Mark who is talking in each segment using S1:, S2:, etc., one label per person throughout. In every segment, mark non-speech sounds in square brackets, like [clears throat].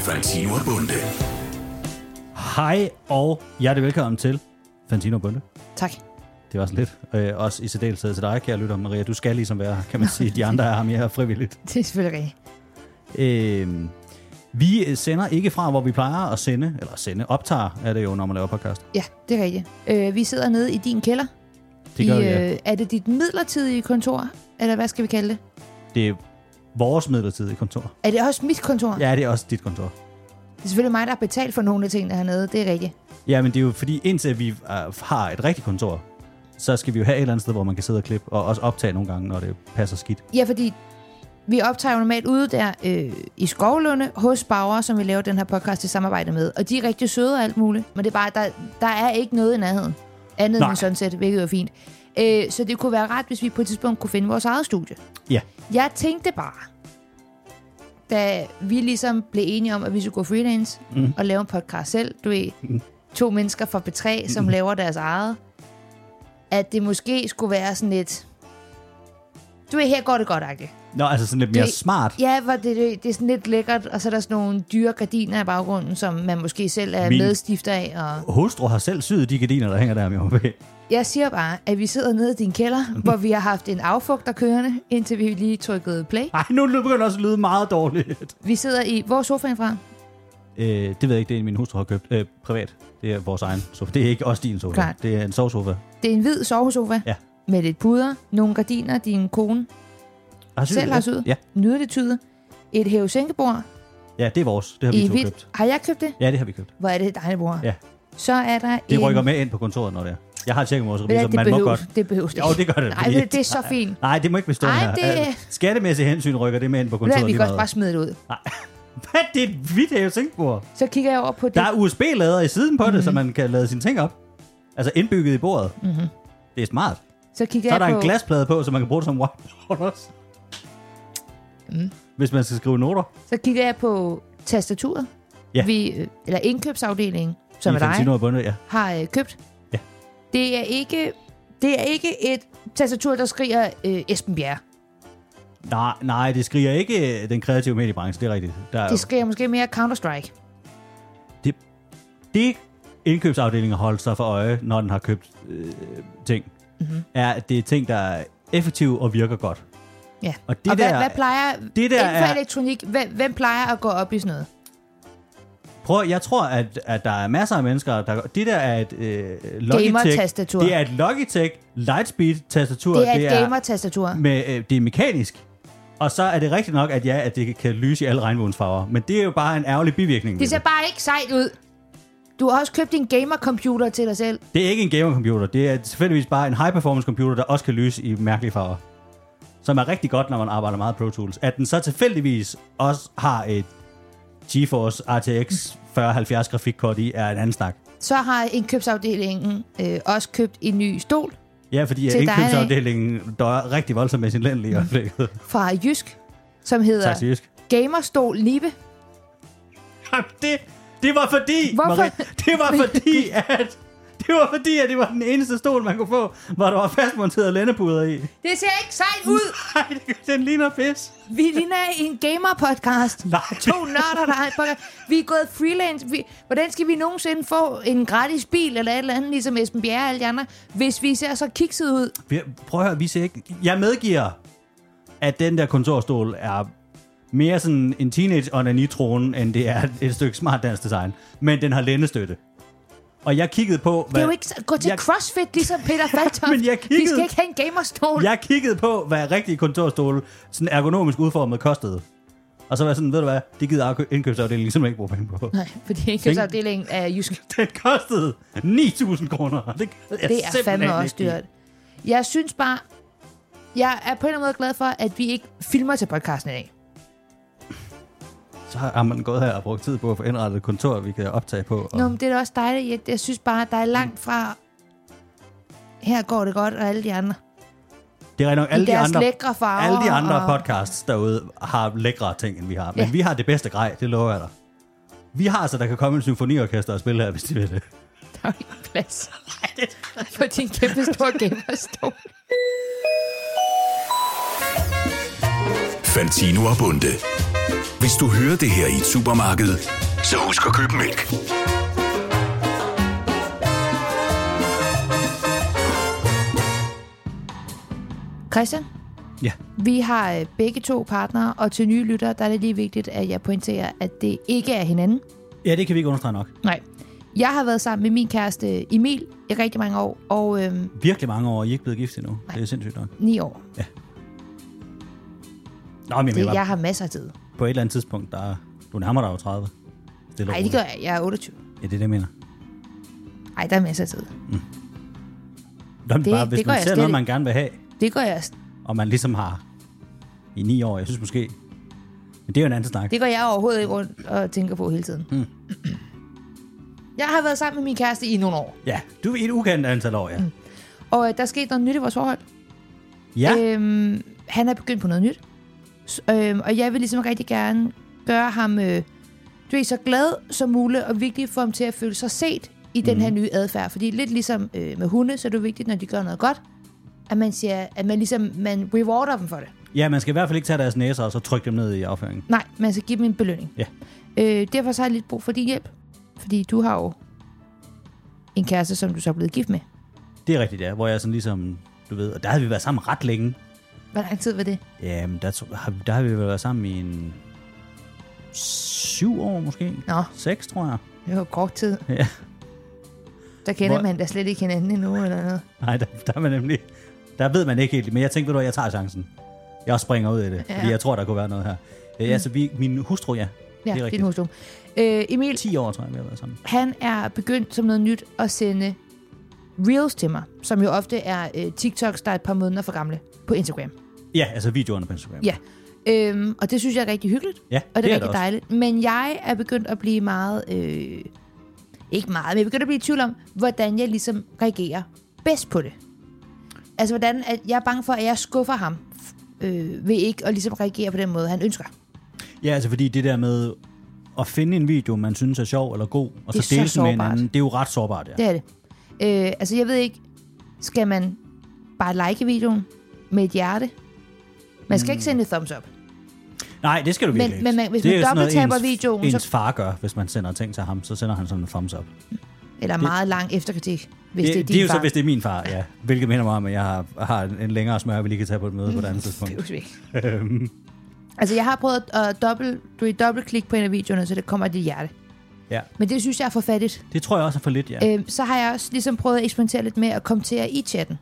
S1: Fantino og Bunde.
S2: Hej og hjertelig velkommen til Fantino Bønde.
S3: Tak.
S2: Det var sådan lidt. Øh, også i særdeleshed til dig, kære lytter. Maria, du skal ligesom være her, kan man sige. De andre er her mere frivilligt.
S3: [laughs] Det er selvfølgelig rigtigt.
S2: Øh, vi øh, sender ikke fra, hvor vi plejer at sende, eller sende optager, er det jo, når man laver podcast.
S3: Ja, det er rigtigt. Øh, vi sidder nede i din kælder.
S2: Det gør
S3: I,
S2: vi, ja.
S3: øh, er det dit midlertidige kontor? Eller hvad skal vi kalde det?
S2: Det er vores midlertidige kontor.
S3: Er det også mit kontor?
S2: Ja, det er også dit kontor.
S3: Det er selvfølgelig mig, der har betalt for nogle af tingene hernede. Det er rigtigt.
S2: Ja, men det er jo fordi, indtil vi øh, har et rigtigt kontor, så skal vi jo have et eller andet sted, hvor man kan sidde og klippe, og også optage nogle gange, når det passer skidt.
S3: Ja, fordi vi optager jo normalt ude der øh, i Skovlunde hos Bauer, som vi laver den her podcast i samarbejde med. Og de er rigtig søde og alt muligt. Men det er bare, der, der er ikke noget i nærheden. Andet
S2: Nej.
S3: Nej. end sunset, hvilket er fint. Øh, så det kunne være rart, hvis vi på et tidspunkt kunne finde vores eget studie.
S2: Ja,
S3: Jeg tænkte bare, da vi ligesom blev enige om, at vi skulle gå freelance mm. og lave en podcast selv, du ved, mm. to mennesker fra B3, som mm. laver deres eget, at det måske skulle være sådan lidt, du ved, her går det godt, Agge.
S2: Nå, altså sådan lidt mere
S3: Det-
S2: smart.
S3: Ja, hvor det, det, det er sådan lidt lækkert, og så er der sådan nogle dyre gardiner i baggrunden, som man måske selv er
S2: Min-
S3: Min. medstifter af. Og
S2: Hustru har selv syet de gardiner, der hænger der med mig.
S3: jeg siger bare, at vi sidder nede i din kælder, hvor vi har haft en affugter kørende, indtil vi lige trykkede play.
S2: Ej, nu begynder det også at lyde meget dårligt.
S3: Vi sidder i... Hvor er sofaen fra?
S2: Øh, det ved jeg ikke, det er en, min hustru har købt øh, privat. Det er vores egen sofa. Det er ikke også din sofa.
S3: Klart.
S2: Det er en sovesofa.
S3: Det er en hvid sovesofa.
S2: Ja.
S3: Med lidt puder, nogle gardiner, din kone
S2: Har
S3: selv har syet.
S2: Ja.
S3: Nydeligt tyde. Et hævesænkebord
S2: ja, det er vores. Det har vi
S3: i
S2: to
S3: hvidt.
S2: købt.
S3: Har jeg købt det?
S2: Ja, det har vi købt.
S3: Hvor er det dejligt, bror.
S2: Ja.
S3: Så er der
S2: Det
S3: en...
S2: rykker med ind på kontoret, når det er. Jeg har tjekket med vores
S3: Ved du
S2: revisor,
S3: hvad,
S2: man
S3: det
S2: må
S3: behøves,
S2: godt.
S3: Det behøves
S2: Jo, det gør det.
S3: Nej,
S2: fordi-
S3: det, det er
S2: [laughs]
S3: så fint.
S2: Nej, det må ikke bestå
S3: Ej,
S2: her.
S3: det-
S2: Øh, Skattemæssige hensyn rykker det med ind på
S3: Nu
S2: kontoret.
S3: vi
S2: lige
S3: kan også
S2: meget.
S3: bare smide det ud.
S2: [laughs] Hvad? Det er et hvidt hævesænkbord.
S3: Så kigger jeg over på det.
S2: Der er USB-lader i siden på mm-hmm.
S3: Mhm.
S2: det, så man kan lade sine ting op. Altså indbygget i bordet. Mm-hmm. Det er smart.
S3: Så kigger
S2: Så er
S3: jeg
S2: der
S3: Mhm. på...
S2: en glasplade på, så man kan bruge det som whiteboard også. Mm. Hvis man skal skrive noter.
S3: Mhm. Så kigger jeg på tastaturet.
S2: Ja.
S3: Vi, øh, eller indkøbsafdelingen,
S2: I
S3: som er dig,
S2: Fantino og Bunde, ja.
S3: har øh, købt.
S2: Ja.
S3: Det er ikke... Det er ikke et tastatur, der skriger øh, Esben Bjerre.
S2: Nej, nej, det skriger ikke øh, den kreative mediebranche, det er rigtigt. Der er
S3: Det skriger måske mere Counter-Strike.
S2: det, det indkøbsafdelingen har holdt sig for øje, når den har købt øh, ting,
S3: Mhm.
S2: mm-hmm. er, at det er ting, der er effektive og virker godt.
S3: Ja.
S2: Og det
S3: og
S2: der-
S3: hvad, hvad plejer...
S2: det der
S3: inden for
S2: er-
S3: elektronik, hvem, hvem plejer at gå op i sådan noget?
S2: Prøv, jeg tror, at, at der er masser af mennesker, der... Det der er et øh, Logitech...
S3: Gamer-tastatur.
S2: Det er et Logitech Lightspeed-tastatur.
S3: Det er et gamer-tastatur.
S2: med, øh, det er mekanisk. Og så er det rigtigt nok, at ja, at det kan lyse i alle regnbuens farver. Men det er jo bare en ærgerlig bivirkning. ved
S3: Det ser bare ikke sejt ud. Du har også købt en gamer-computer til dig selv.
S2: det er ikke en gamercomputer. Det er selvfølgelig bare en high-performance computer, der også kan lyse i mærkelige farver. Som er rigtig godt, når man arbejder meget Pro Tools. At den så tilfældigvis også har et GeForce RTX 4070 grafikkort i, er en anden snak.
S3: Så har indkøbsafdelingen øh, også købt en ny stol
S2: Ja, fordi at
S3: Til dig,
S2: indkøbsafdelingen dør rigtig voldsomt med sin lænd lige i
S3: [laughs]
S2: øjeblikket.
S3: fra Jysk, som hedder
S2: Tak til Jysk.
S3: Gamerstol Libe.
S2: Jamen, det, det var fordi,
S3: Hvorfor?
S2: Marie, det var fordi, at... Det var fordi, at det var den eneste stol, man kunne få, hvor der var fastmonteret lændepuder i.
S3: Det ser ikke sejt ud.
S2: Nej, det- den ligner pis.
S3: Vi ligner en gamer-podcast.
S2: Nej,
S3: To nørder, der har en podcast. Vi er gået freelance. Vi, hvordan skal vi nogensinde få en gratis bil eller et eller andet, ligesom Esben Bjerre og alle de andre, hvis vi ser så kikset ud?
S2: Vi- Prøv at høre, vi ser ikke... Jeg medgiver, at den der kontorstol er mere sådan en teenage og en trone end det er et stykke smart dansk design. Men den har lændestøtte. Og jeg kiggede på... Hvad,
S3: Det er jo ikke så- gå til
S2: Jeg-
S3: jeg... CrossFit, ligesom
S2: [laughs]
S3: Peter Faltoft.
S2: Men jeg
S3: Vi
S2: kiggede-
S3: skal ikke have en gamerstol.
S2: Jeg kiggede på, hvad rigtige kontorstole, sådan ergonomisk udformet, kostede. Og så var jeg sådan, ved du hvad, det gider akø- indkøbsafdelingen simpelthen ikke bruge penge på. [laughs]
S3: Nej, fordi indkøbsafdelingen er jysk.
S2: Den kostede 9.000 kroner. og Det, gad jeg
S3: Det er
S2: simpelthen
S3: fandme også
S2: ikke lide.
S3: dyrt. Jeg synes bare, jeg er på en eller anden måde glad for, at vi ikke filmer til podcasten i dag.
S2: Så har man gået her og brugt tid på at få indrettet et kontor, vi kan optage på. Og...
S3: Nå, men det er da også dejligt. Jeg, jeg synes bare, der er langt fra, her går det godt, og alle de andre.
S2: det er rigtig nok alle
S3: I
S2: de
S3: deres
S2: andre,
S3: lækre farver
S2: alle de andre
S3: og-
S2: podcasts derude har lækre ting, end vi har. Men
S3: Ja.
S2: vi har det bedste grej, det lover jeg dig. Vi har altså, der kan komme en symfoniorkester og spille her, hvis de vil det.
S3: Der er jo
S2: [laughs]
S3: ikke plads på din kæmpe store gamerstol.
S1: Fantino og Bunde. Hvis du hører det her i et supermarked, så husk at købe mælk.
S3: Christian,
S2: Ja.
S3: vi har øh, begge to partnere, og til nye lyttere, der er det lige vigtigt, at jeg pointerer, at det ikke er hinanden.
S2: Ja, det kan vi ikke understrege nok.
S3: Nej. Jeg har været sammen med min kæreste eh, Emil i rigtig mange år, og øhm,
S2: Virkelig mange år, I er ikke blevet gift endnu. Det er sindssygt nok.
S3: ni år.
S2: Nå, men jeg
S3: Det,
S2: mener,
S3: jeg har masser af tid.
S2: på et eller andet tidspunkt, der du nærmer dig jo 30.
S3: Nej, det gør jeg. Jeg er 28.
S2: Ja, det er det, jeg mener.
S3: Nej, der er masser af tid.
S2: Nå, det,
S3: Det-
S2: bare, hvis
S3: det gør
S2: man ser
S3: jeg slet
S2: noget,
S3: ikke.
S2: man gerne vil have,
S3: Det gør jeg,
S2: og man ligesom har i ni år, jeg synes måske... Men det er jo en anden snak.
S3: det gør jeg overhovedet ikke rundt og tænker på hele tiden. Mm. Jeg har været sammen med min kæreste i nogle år,
S2: Ja, du er i et ukendt antal år, ja. Mm.
S3: og øh, der skete noget nyt i vores forhold.
S2: Ja, øh,
S3: Øhm, han er begyndt på noget nyt. S- øhm, og jeg vil ligesom rigtig gerne gøre ham øh, du er så glad som muligt, og vigtigt for ham til at føle sig set i den
S2: Mhm.
S3: her nye adfærd. Fordi lidt ligesom øh, med hunde, så er det vigtigt, når de gør noget godt, at man siger, at man ligesom man rewarder dem for det.
S2: ja, man skal i hvert fald ikke tage deres næser og så trykke dem ned i afføringen.
S3: Nej, man skal give dem en belønning.
S2: Ja.
S3: Øh, derfor så har jeg lidt brug for din hjælp, fordi du har jo en kæreste, som du så er blevet gift med.
S2: Det er rigtigt, ja. Hvor jeg sådan ligesom, du ved, og der havde vi været sammen ret længe.
S3: Hvor lang tid var det?
S2: Jamen, der, tro- har- der har vi vel været sammen i en... Syv år måske?
S3: Nå,
S2: Seks, tror jeg.
S3: det var kort tid.
S2: Ja.
S3: Der kender
S2: Hvor-
S3: Hvor... man da slet ikke hinanden endnu eller noget.
S2: Nej, der, der er man nemlig... Der ved man ikke helt, men jeg tænkte, ved du hvad, jeg tager chancen. Jeg springer ud af det, ja.
S3: Ja. Mm.
S2: fordi jeg tror, der kunne være noget her. Ja, altså, vi, min hustru, ja.
S3: Ja,
S2: det er
S3: det er
S2: rigtigt.
S3: din hustru. Øh, Emil,
S2: 10 år, tror jeg, vi har været sammen.
S3: han er begyndt som noget nyt at sende reels til mig, som jo ofte er øh, TikToks, der er et par måneder for gamle på Instagram.
S2: Ja, altså videoerne på Instagram.
S3: Ja. Øhm, og det synes jeg er rigtig hyggeligt.
S2: Ja,
S3: og det er
S2: det er det
S3: rigtig
S2: også.
S3: dejligt. Men jeg er begyndt at blive meget... Øh, ikke meget, men jeg er begyndt at blive i tvivl om, hvordan jeg ligesom reagerer bedst på det. Altså, hvordan at jeg er bange for, at jeg skuffer ham øh, ved ikke at ligesom reagere på den måde, han ønsker.
S2: ja, altså fordi det der med at finde en video, man synes er sjov eller god, og
S3: Det er
S2: så
S3: så
S2: dele den med
S3: sårbart.
S2: hinanden, det er jo ret sårbart, ja.
S3: Det er det. Øh, altså, jeg ved ikke, skal man bare like videoen med et hjerte? Man skal mm. ikke sende et thumbs up.
S2: Nej, det skal du
S3: Men-
S2: virkelig
S3: men
S2: ikke.
S3: man- hvis
S2: det
S3: man
S2: er jo sådan noget,
S3: dobbelttaber
S2: ens,
S3: videoen, så-
S2: ens far gør, hvis man sender ting til ham, så sender han sådan en thumbs up.
S3: Eller det, meget lang efterkritik, hvis det,
S2: det,
S3: er din
S2: det er jo
S3: far.
S2: så, hvis det er min far, ja. Hvilket minder mig om, at jeg har, har en længere smør, vi lige kan tage på et møde på et
S3: [laughs]
S2: andet tidspunkt.
S3: Pivs væk.
S2: Øhm.
S3: altså, jeg har prøvet at uh, dobbelt, du er dobbeltklik på en af videoerne, så det kommer dit hjerte.
S2: Ja.
S3: Men det synes jeg er for fattigt.
S2: Det tror jeg også er for lidt, ja.
S3: Ja. Øhm, så har jeg også ligesom prøvet at eksperimentere lidt med at kommentere i chatten.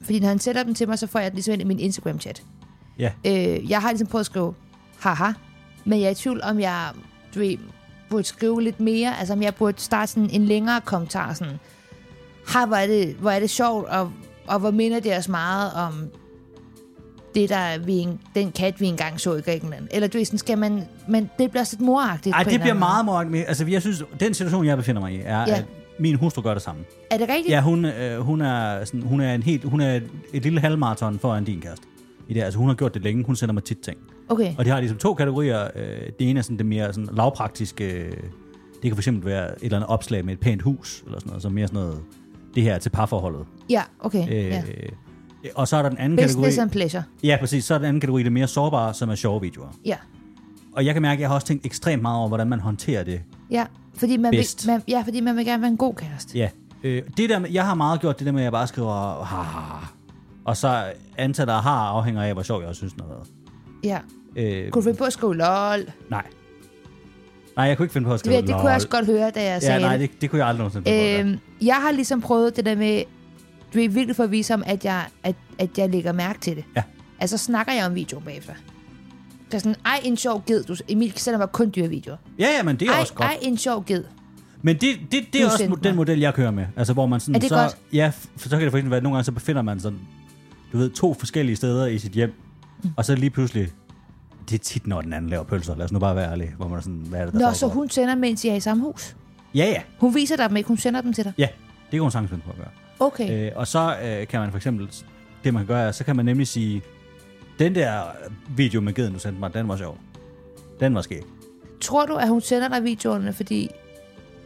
S3: Fordi når han sætter dem til mig, så får jeg den ligesom ind i min Instagram-chat.
S2: Ja.
S3: Øh, jeg har ligesom prøvet at skrive, haha, men jeg er i tvivl om, jeg du ved, burde skrive lidt mere, altså om jeg burde starte sådan en længere kommentar, sådan, ha, hvor er det, hvor er det sjovt, og, og hvor minder det os meget om det, der vi, en- den kat, vi engang så i Grækenland. Eller du ved, sådan skal man, men det bliver sådan lidt moragtigt.
S2: Ej,
S3: på en
S2: det
S3: eller
S2: bliver
S3: anden måde.
S2: meget meget... Altså, jeg synes, den situation, jeg befinder mig i, er, ja.
S3: Ja.
S2: at min hustru gør det samme.
S3: Er det rigtigt?
S2: Ja, hun, øh, hun, er, sådan, hun er en helt... Hun er et, et lille halvmarathon foran din kæreste. I det, altså, hun har gjort det længe. Hun sender mig tit ting.
S3: Okay.
S2: Og de har ligesom to kategorier. Øh, det ene er sådan det mere sådan lavpraktiske... øh, Det kan fx være et eller andet opslag med et pænt hus, eller sådan noget, så mere sådan noget... Det her er til parforholdet.
S3: Ja, okay.
S2: Øh,
S3: ja.
S2: Og så er der den anden
S3: Business
S2: kategori...
S3: and pleasure.
S2: Ja, præcis. Så er den anden kategori det mere sårbare, som er sjove videoer.
S3: Ja.
S2: Og jeg kan mærke, at jeg har også tænkt ekstremt meget over, hvordan man håndterer det
S3: Ja, fordi man, vil,
S2: Bedst.
S3: man, ja, fordi man vil gerne være en god kæreste.
S2: Ja. Øh, det der med, jeg har meget gjort det der med, at jeg bare skriver ha, ha, ha. Og så antallet af har afhænger af, hvor sjov jeg også synes, den har været.
S3: Ja.
S2: Øh,
S3: Kunne du finde på at skrive lol?
S2: nej. Nej, jeg kunne ikke finde på at
S3: Det,
S2: skrive
S3: ved jeg- det kunne jeg
S2: lol.
S3: også godt høre, da
S2: Ja,
S3: jeg sagde
S2: nej,
S3: det.
S2: det, det kunne jeg aldrig nogensinde finde på. at gøre.
S3: Øhm, jeg har ligesom prøvet det der med, du er virkelig for at vise ham, at jeg, at, at jeg lægger mærke til det.
S2: Ja.
S3: Altså snakker jeg om videoen bagefter. Så sådan, ej, en sjov ged. Du, Emil sender mig kun dyre videoer.
S2: Ja, ja, men det er
S3: Ej,
S2: også godt.
S3: ej, en sjov ged.
S2: Men det, det, det er
S3: Du
S2: også
S3: sendte
S2: mo- den
S3: mig.
S2: model, jeg kører med. Altså, hvor man sådan,
S3: Er det
S2: så,
S3: godt?
S2: Ja, for så kan det for eksempel være, at nogle gange så befinder man sådan, du ved, to forskellige steder i sit hjem, mm. og så lige pludselig, det er tit, når den anden laver pølser, lad os nu bare være ærlige, hvor man er sådan, hvad er det, der
S3: Nå,
S2: foregår?
S3: så hun sender, mens I er i samme hus.
S2: Ja, ja,
S3: Hun viser dig dem ikke, hun sender dem til dig.
S2: ja, det kan hun sagtens finde på at gøre.
S3: Okay. Øh,
S2: Øh, og så øh, kan man for eksempel, det man gør, er, så kan man nemlig sige, den der video med geden, du sendte mig, den var sjov. Den var skæg.
S3: Tror du, at hun sender dig videoerne, fordi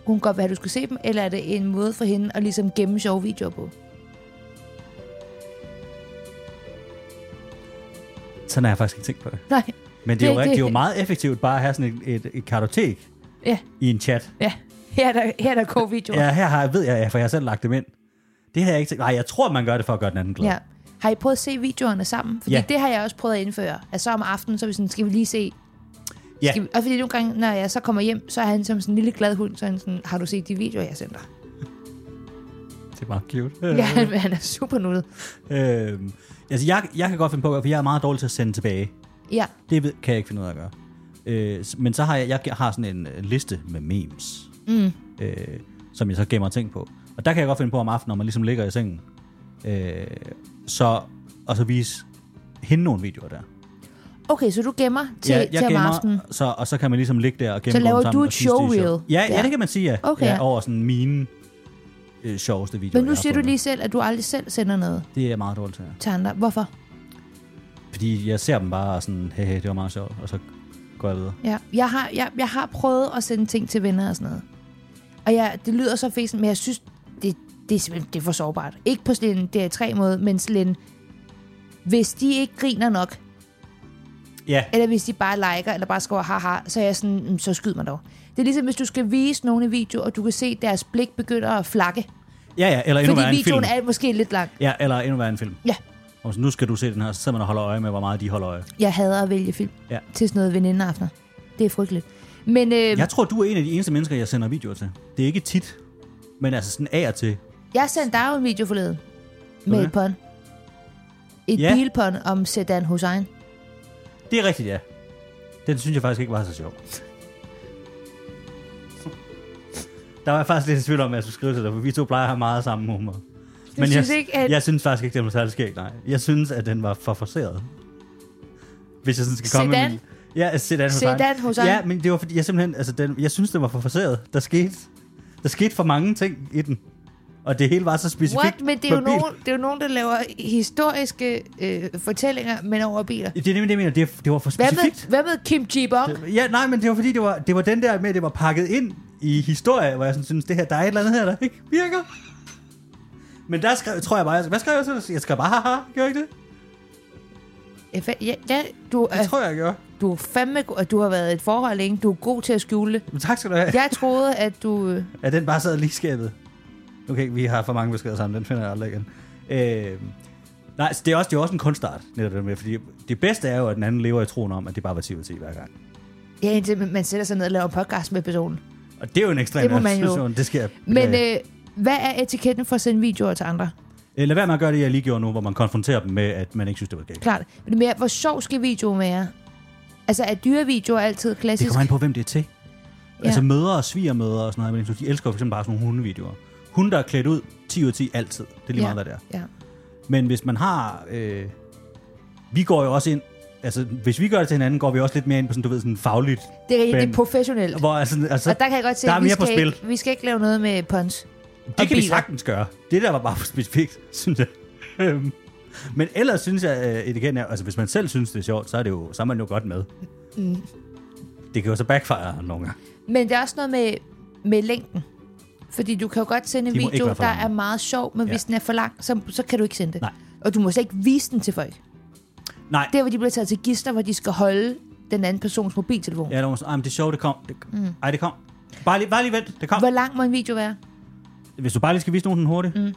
S3: hun godt vil have, at du skal se dem, eller er det en måde for hende at ligesom gemme sjove videoer på? [laughs]
S2: Sådan har jeg faktisk ikke tænkt på det.
S3: Nej.
S2: Men det er, jo,
S3: Det-
S2: det, det er jo
S3: det-
S2: meget effektivt bare at have sådan et, et, et kartotek
S3: Ja,
S2: i en chat.
S3: ja. Her er der, her er der gode videoer.
S2: Ja, her har, ved jeg, for jeg har selv lagt dem ind. Det har jeg ikke tænkt. Nej, jeg tror, man gør det for at gøre den anden glad.
S3: ja. Har I prøvet at se videoerne sammen? Fordi
S2: Ja.
S3: det har jeg også prøvet at indføre. Altså så om aftenen, så er vi sådan, skal vi lige se
S2: ja.
S3: Skal vi, og fordi nogle gange, når jeg så kommer hjem, så er han som sådan en lille glad hund, så er han sådan, har du set de videoer, jeg sendte dig?
S2: det er meget cute.
S3: Ja, han, han er super nuttet.
S2: Øhm, altså, jeg, jeg kan godt finde på, at gøre, for jeg er meget dårlig til at sende tilbage.
S3: Ja,
S2: Det ved, kan jeg ikke finde ud af at gøre. Øh, s- men så har jeg, jeg har sådan en øh, liste med memes,
S3: Mm.
S2: øh, som jeg så gemmer ting på. Og der kan jeg godt finde på om aftenen, når man ligesom ligger i sengen, øh, så, og så vise hende nogle videoer der.
S3: okay, så du gemmer til, ja, til om aftenen.
S2: så, og så kan man ligesom ligge der og gemme
S3: Så
S2: dem
S3: laver
S2: sammen
S3: du
S2: og
S3: et
S2: synes, det er
S3: showreel
S2: sjovt. Ja, ja,
S3: der.
S2: det kan man sige, ja.
S3: Okay.
S2: ja over sådan mine øh, sjoveste videoer.
S3: Men nu
S2: jeg har
S3: siger du
S2: fundet.
S3: lige selv, at du aldrig selv sender noget
S2: Det er jeg meget dårligt til. ja.
S3: til andre. Hvorfor?
S2: Fordi jeg ser dem bare og sådan, hey, hey, det var meget sjovt, og så går jeg videre.
S3: Ja, jeg har, jeg, jeg har prøvet at sende ting til venner og sådan noget. Og jeg, det lyder så fæsen, men jeg synes, det, det er simpelthen det er for sårbart. Ikke på sådan en DR3-måde, men sådan en, hvis de ikke griner nok,
S2: Ja,
S3: Eller hvis de bare liker, eller bare skriver haha, så er jeg sådan, "Mm, så skyd mig dog. Det er ligesom, hvis du skal vise nogen en video, og du kan se, at deres blik begynder at flakke.
S2: ja, ja eller endnu
S3: Fordi
S2: værre en film.
S3: videoen er måske lidt lang.
S2: Ja, eller endnu værre en film.
S3: Ja.
S2: Og så nu skal du se den her, så sidder man og holder øje med, hvor meget de holder øje.
S3: Jeg hader at vælge film
S2: Ja.
S3: til sådan noget venindeaftener. Det er frygteligt. Men øh,
S2: Jeg tror, du er en af de eneste mennesker, jeg sender videoer til. Det er ikke tit, men altså sådan af og til.
S3: jeg sendte dig jo en video forleden med
S2: det?
S3: et pond. Et
S2: Ja.
S3: yeah. bilpond om Sedan Hussein.
S2: Det er rigtigt, ja. Den synes jeg faktisk ikke var så sjov. Der var jeg faktisk lidt i tvivl om, at jeg skulle skrive til dig, for vi to plejer at have meget samme humor. Men
S3: synes
S2: jeg,
S3: ikke, at-
S2: jeg synes faktisk ikke, den var særlig skæg, nej. Jeg synes, at den var for forceret. Hvis jeg sådan skal komme med
S3: Sedan?
S2: min... Ja, sedan hos egen.
S3: Sedan hos egen.
S2: Ja, men det var fordi, jeg simpelthen... Altså, den, jeg synes, den var for forceret. Der skete, der skete for mange ting i den. Og det hele var så specifikt.
S3: What? Men det er, jo
S2: for bil.
S3: nogen, det er jo nogen, der laver historiske øh, fortællinger, men over biler.
S2: Det er nemlig det, jeg mener. Det, det var for
S3: Hvad
S2: specifikt.
S3: med, hvad med Kim Jibong?
S2: Ja, nej, men det var fordi, det var, det var den der med, at det var pakket ind i historie, hvor jeg sådan synes, det her, der er et eller andet her, der ikke virker. Men der skrev, tror jeg bare, jeg, hvad skrev jeg så? Jeg skrev bare, haha, gjorde jeg ikke det?
S3: Ja, ja, ja, du,
S2: Det tror jeg, jeg gjorde.
S3: Du er fandme go- du har været i et forhold længe. Du er god til at skjule det.
S2: Men tak skal du have. Ja.
S3: Jeg troede, at du... øh,
S2: ja den bare sad lige i skabet. Okay, vi har for mange beskeder sammen, den finder jeg aldrig igen. Øh, nej, så det er, også, det er også en kunstart, netop det med, fordi det bedste er jo, at den anden lever i troen om, at det bare var 10 ud af 10 hver gang.
S3: Ja, indtil man sætter sig ned og laver en podcast med personen.
S2: Og det er jo en ekstrem
S3: Det må man jo.
S2: situation, [laughs] det skal jeg.
S3: Men
S2: beklage.
S3: øh, hvad er etiketten for at sende videoer til andre?
S2: øh, lad være med at gøre det, jeg lige gjorde nu, hvor man konfronterer dem med, at man ikke synes, det var galt.
S3: Klart. Men det er mere, hvor sjov skal videoen være? Altså, er dyrevideoer altid
S2: Det
S3: klassisk?
S2: kommer an på, hvem det er til. Ja.
S3: Ja.
S2: Altså mødre og svigermødre og sådan noget, men de elsker jo for eksempel bare sådan nogle hundevideoer. Hunde, der er klædt ud 10 ud af 10 altid. Det er lige
S3: ja.
S2: meget, hvad det er.
S3: Ja.
S2: Men hvis man har... Øh, vi går jo også ind... Altså, hvis vi gør det til hinanden, går vi også lidt mere ind på sådan, du ved, sådan fagligt.
S3: Det er, det
S2: Men-
S3: er professionelt.
S2: Hvor, altså, altså,
S3: Og der kan jeg godt se,
S2: der er
S3: at vi
S2: mere på
S3: skal,
S2: spil.
S3: Ikke, vi skal ikke lave noget med punch. og
S2: det kan vi
S3: biler.
S2: sagtens gøre. Det der var bare for specifikt, [laughs] synes jeg. Øhm, men ellers synes jeg, øh, etiketten er... Altså, hvis man selv synes, det er sjovt, så er, det jo, så er man jo godt med. Mm. Det kan jo så backfire nogle gange.
S3: Men det er også noget med, med længden. Fordi du kan jo godt sende en
S2: De må ikke
S3: video,
S2: være for
S3: der
S2: lange.
S3: er meget sjov, men
S2: Ja.
S3: ja. hvis den er for lang, så, så kan du ikke sende det.
S2: Nej.
S3: Og du må slet ikke vise den til folk.
S2: Nej,
S3: Der, hvor de bliver taget til gister, hvor de skal holde den anden persons mobiltelefon.
S2: Ja,
S3: Ja.
S2: der var sådan, "Ej, men det er sjovt, det kom. Det, mm. Ej, det kom. Bare lige, bare lige vent, det kom.
S3: Hvor lang må en video være?
S2: Hvis du bare lige skal vise nogen den hurtigt. Mm.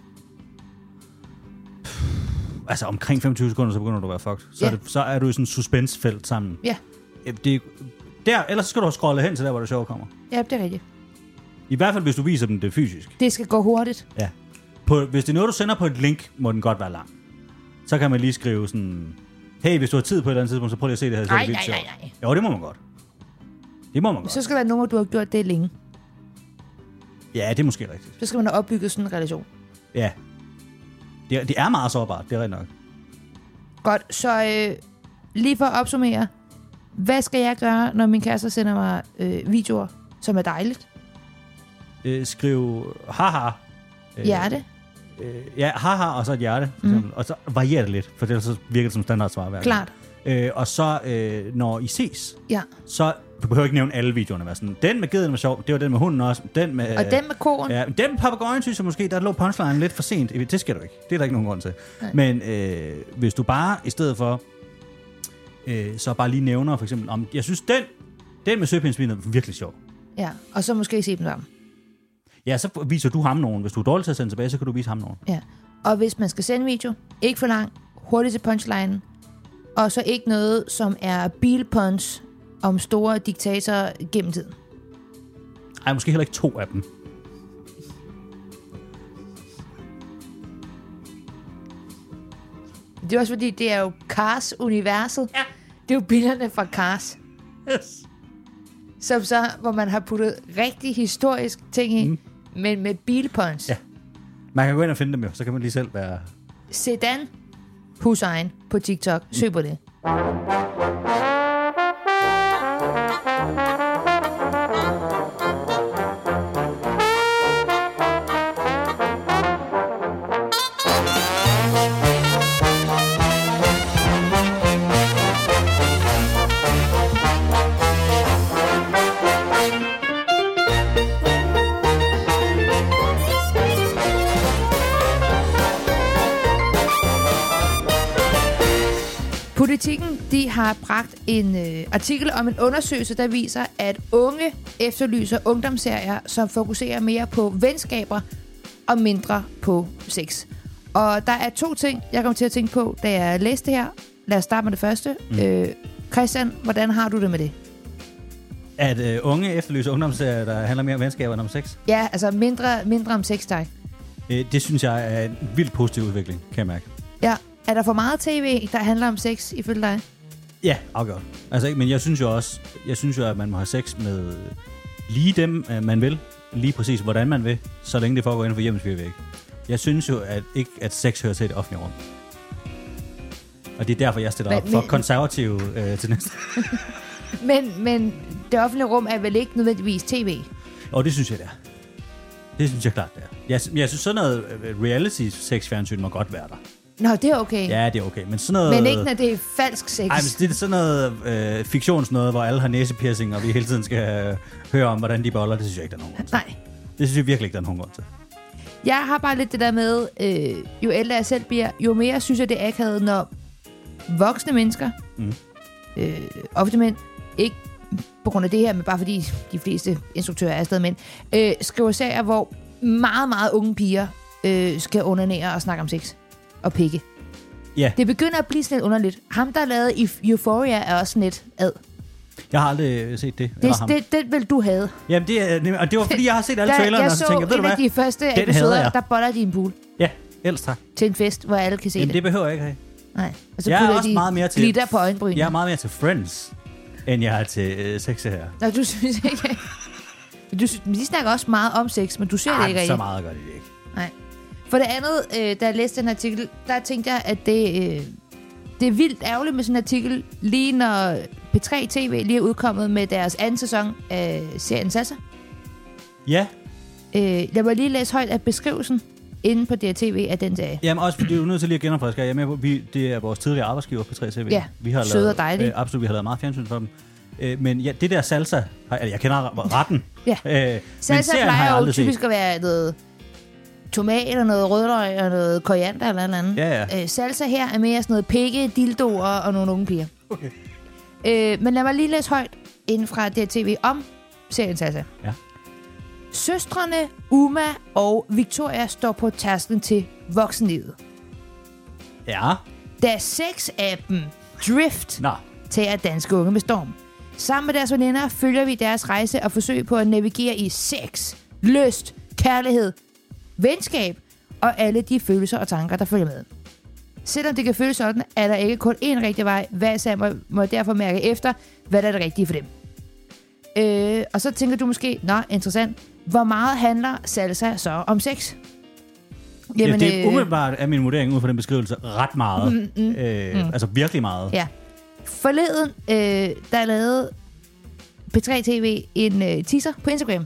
S2: Altså omkring 25 sekunder, så begynder du at være fucked. Så,
S3: Ja.
S2: er, det, så er du i sådan et suspensfelt sammen.
S3: Ja,
S2: Øh, Det, der, ellers skal du have scrollet hen til der, hvor det sjove kommer.
S3: ja det er rigtigt.
S2: I hvert fald, hvis du viser dem det fysisk.
S3: Det skal gå hurtigt.
S2: Ja. På, hvis det er noget, du sender på et link, må den godt være lang. Så kan man lige skrive sådan, hey, hvis du har tid på et eller andet tidspunkt, så prøv lige at se det her. så er
S3: Nej,
S2: det vildt
S3: nej, nej,
S2: sjovt." Jo, det må man godt. Det må man godt.
S3: Så skal der være nogen, hvor du har gjort det længe.
S2: Ja, det er måske rigtigt.
S3: Så skal man have opbygget sådan en relation.
S2: Ja. Det, er- det er meget sårbart, det er rigtigt nok.
S3: Godt, så øh, lige for at opsummere. Hvad skal jeg gøre, når min kæreste sender mig øh, videoer, som er dejligt?
S2: Øh, skriv haha. Øh,
S3: Hjerte.
S2: Øh, ja, haha, og så et hjerte, for eksempel. Mm. Og så varierer det lidt, for ellers så virker det som standardsvar hver gang.
S3: Klart.
S2: Øh, og så, øh, når I ses,
S3: Ja.
S2: så... Du behøver ikke nævne alle videoerne. Være sådan, den med geden var sjov, det var den med hunden også. Den med, øh,
S3: Og den med koen.
S2: Ja, men den med papagøjen synes jeg måske, der lå punchline lidt for sent. Øh, Det skal du ikke. Det er der ikke nogen grund til. Nej. Men øh, hvis du bare i stedet for, øh, så bare lige nævner for eksempel, om jeg synes, den, den med søpindsvinet var virkelig sjov.
S3: Ja, og så måske se dem sammen.
S2: Ja, så viser du ham nogen. Hvis du er dårlig til at sende tilbage, så kan du vise ham nogen.
S3: Ja. Og hvis man skal sende video, ikke for lang, hurtigt til punchline, og så ikke noget, som er bilpunch om store diktatorer gennem tiden.
S2: Ej, måske heller ikke to af dem.
S3: Det er også fordi, det er jo Cars-universet. Ja. Det er jo billederne fra Cars,
S2: Yes.
S3: som så, hvor man har puttet rigtig historisk ting i, mm. men med bilpunch.
S2: Ja. Man kan gå ind og finde dem jo, så kan man lige selv være...
S3: Sedan Hussein på TikTok. Søg på det. Politikken de har bragt en øh, artikel om en undersøgelse, der viser, at unge efterlyser ungdomsserier, som fokuserer mere på venskaber og mindre på sex. Og der er to ting, jeg kom til at tænke på, da jeg læste det her. Lad os starte med det første. Mm. Øh, Christian, hvordan har du det med det?
S2: At øh, unge efterlyser ungdomsserier, der handler mere om venskaber end om sex,
S3: Ja, altså mindre, mindre om sex, dig.
S2: øh, det synes jeg er en vildt positiv udvikling, kan jeg mærke.
S3: Ja, er der for meget tv, der handler om sex, ifølge dig?
S2: Ja, afgjort. Altså, ikke- men jeg synes jo også, jeg synes jo, at man må have sex med lige dem, øh, man vil, lige præcis hvordan man vil, så længe det foregår inden for hjemmets fire vægge. Jeg synes jo at ikke, at sex hører til i det offentlige rum. Og det er derfor, jeg stiller
S3: Men-
S2: op for
S3: men-
S2: konservative øh, til næste.
S3: Men, men det offentlige rum er vel ikke nødvendigvis tv?
S2: Og det synes jeg, det er. Det synes jeg klart, det er. Jeg, jeg synes, sådan noget øh, reality-sex-fjernsyn må godt være der.
S3: Nå, det er okay.
S2: Ja, det er okay, men sådan noget...
S3: Men ikke, når det er falsk sex.
S2: Ej, men det er sådan noget øh, fiktionsnoget, hvor alle har næsepiercing, og vi hele tiden skal øh, høre om, hvordan de boller. Det synes jeg ikke, der er nogen grund til.
S3: Nej.
S2: Det synes jeg virkelig ikke, der er nogen grund til.
S3: Jeg har bare lidt det der med, øh, jo ældre jeg selv bliver, jo mere synes jeg, det er akavet, når voksne mennesker,
S2: Mm.
S3: øh, ofte mænd, ikke på grund af det her, men bare fordi de fleste instruktører er stadig mænd, øh, skriver serier, hvor meget, meget unge piger øh, skal undernære og snakke om sex og pikke.
S2: Ja.
S3: Det begynder at blive sådan lidt underligt. Ham, der lavede Euf- Euphoria, er også sådan lidt ad.
S2: Jeg har aldrig øh, set det. eller
S3: Det,
S2: ham.
S3: det, den vil du have.
S2: Jamen, det er, øh, nemlig- og det var, fordi jeg har set alle
S3: Der,
S2: trailerne,
S3: jeg
S2: og så
S3: så
S2: tænkte jeg, ved
S3: en
S2: du
S3: af
S2: hvad?
S3: de første
S2: hader
S3: episoder,
S2: jeg.
S3: der boller de i en pool
S2: Ja, ellers tak.
S3: til en fest, hvor alle kan se
S2: Jamen,
S3: det.
S2: det behøver jeg ikke have.
S3: Nej. Og så
S2: Jeg er
S3: putter
S2: også
S3: de
S2: meget mere til...
S3: glitter på øjenbrynene.
S2: Jeg er meget mere til Friends, end jeg er til øh, sex her.
S3: Nå, du synes ikke... [laughs] Men du synes, men de snakker også meget om sex, men du ser det ikke
S2: så
S3: rigtigt.
S2: meget gør de det ikke.
S3: Nej. For det andet, øh, da jeg læste den artikel, der tænkte jeg, at det, øh, det er vildt ærgerligt med sådan en artikel, lige når P3 TV lige er udkommet med deres anden sæson af serien Sasser.
S2: Ja,
S3: Øh, jeg må lige læse højt af beskrivelsen inde på DRTV af den serie.
S2: Jamen også, fordi du er nødt til lige at genopfriske. Jeg er med på, vi, det er vores tidligere arbejdsgiver på 3CV.
S3: Ja,
S2: vi har
S3: søde
S2: lavet,
S3: og dejlige.
S2: Øh, absolut, vi har lavet meget fjernsyn for dem. Øh, men ja, det der salsa, har, altså, jeg kender re- retten.
S3: Ja.
S2: Øh, men
S3: Salsa
S2: serien har jeg
S3: plejer jo
S2: aldrig
S3: typisk
S2: set.
S3: at være noget tomat og noget rødløg og noget koriander eller noget andet.
S2: Ja, ja.
S3: Øh, salsa her er mere sådan noget pikke, dildoer og nogle unge piger.
S2: Okay.
S3: Øh, men lad mig lige læse højt inden fra DTV om serien Salsa.
S2: Ja.
S3: Søstrene Uma og Victoria står på tasken til voksenlivet.
S2: Ja,
S3: Da sex-appen Drift
S2: nå.
S3: tager danske unge med storm. Sammen med deres veninder følger vi deres rejse og forsøg på at navigere i sex, lyst, kærlighed, venskab og alle de følelser og tanker, der følger med. Selvom det kan føles sådan, er der ikke kun én rigtig vej. Hver især må, må derfor mærke efter, hvad der er det rigtige for dem. Øh, og så tænker du måske, nå, interessant. Hvor meget handler salsa så om sex?
S2: Jamen, ja, det er
S3: øh,
S2: umiddelbart af min vurdering ud fra den beskrivelse ret meget. Mm, mm, øh, mm. Altså virkelig meget.
S3: Ja. Forleden, øh, der lavede P3 TV en øh, teaser på Instagram,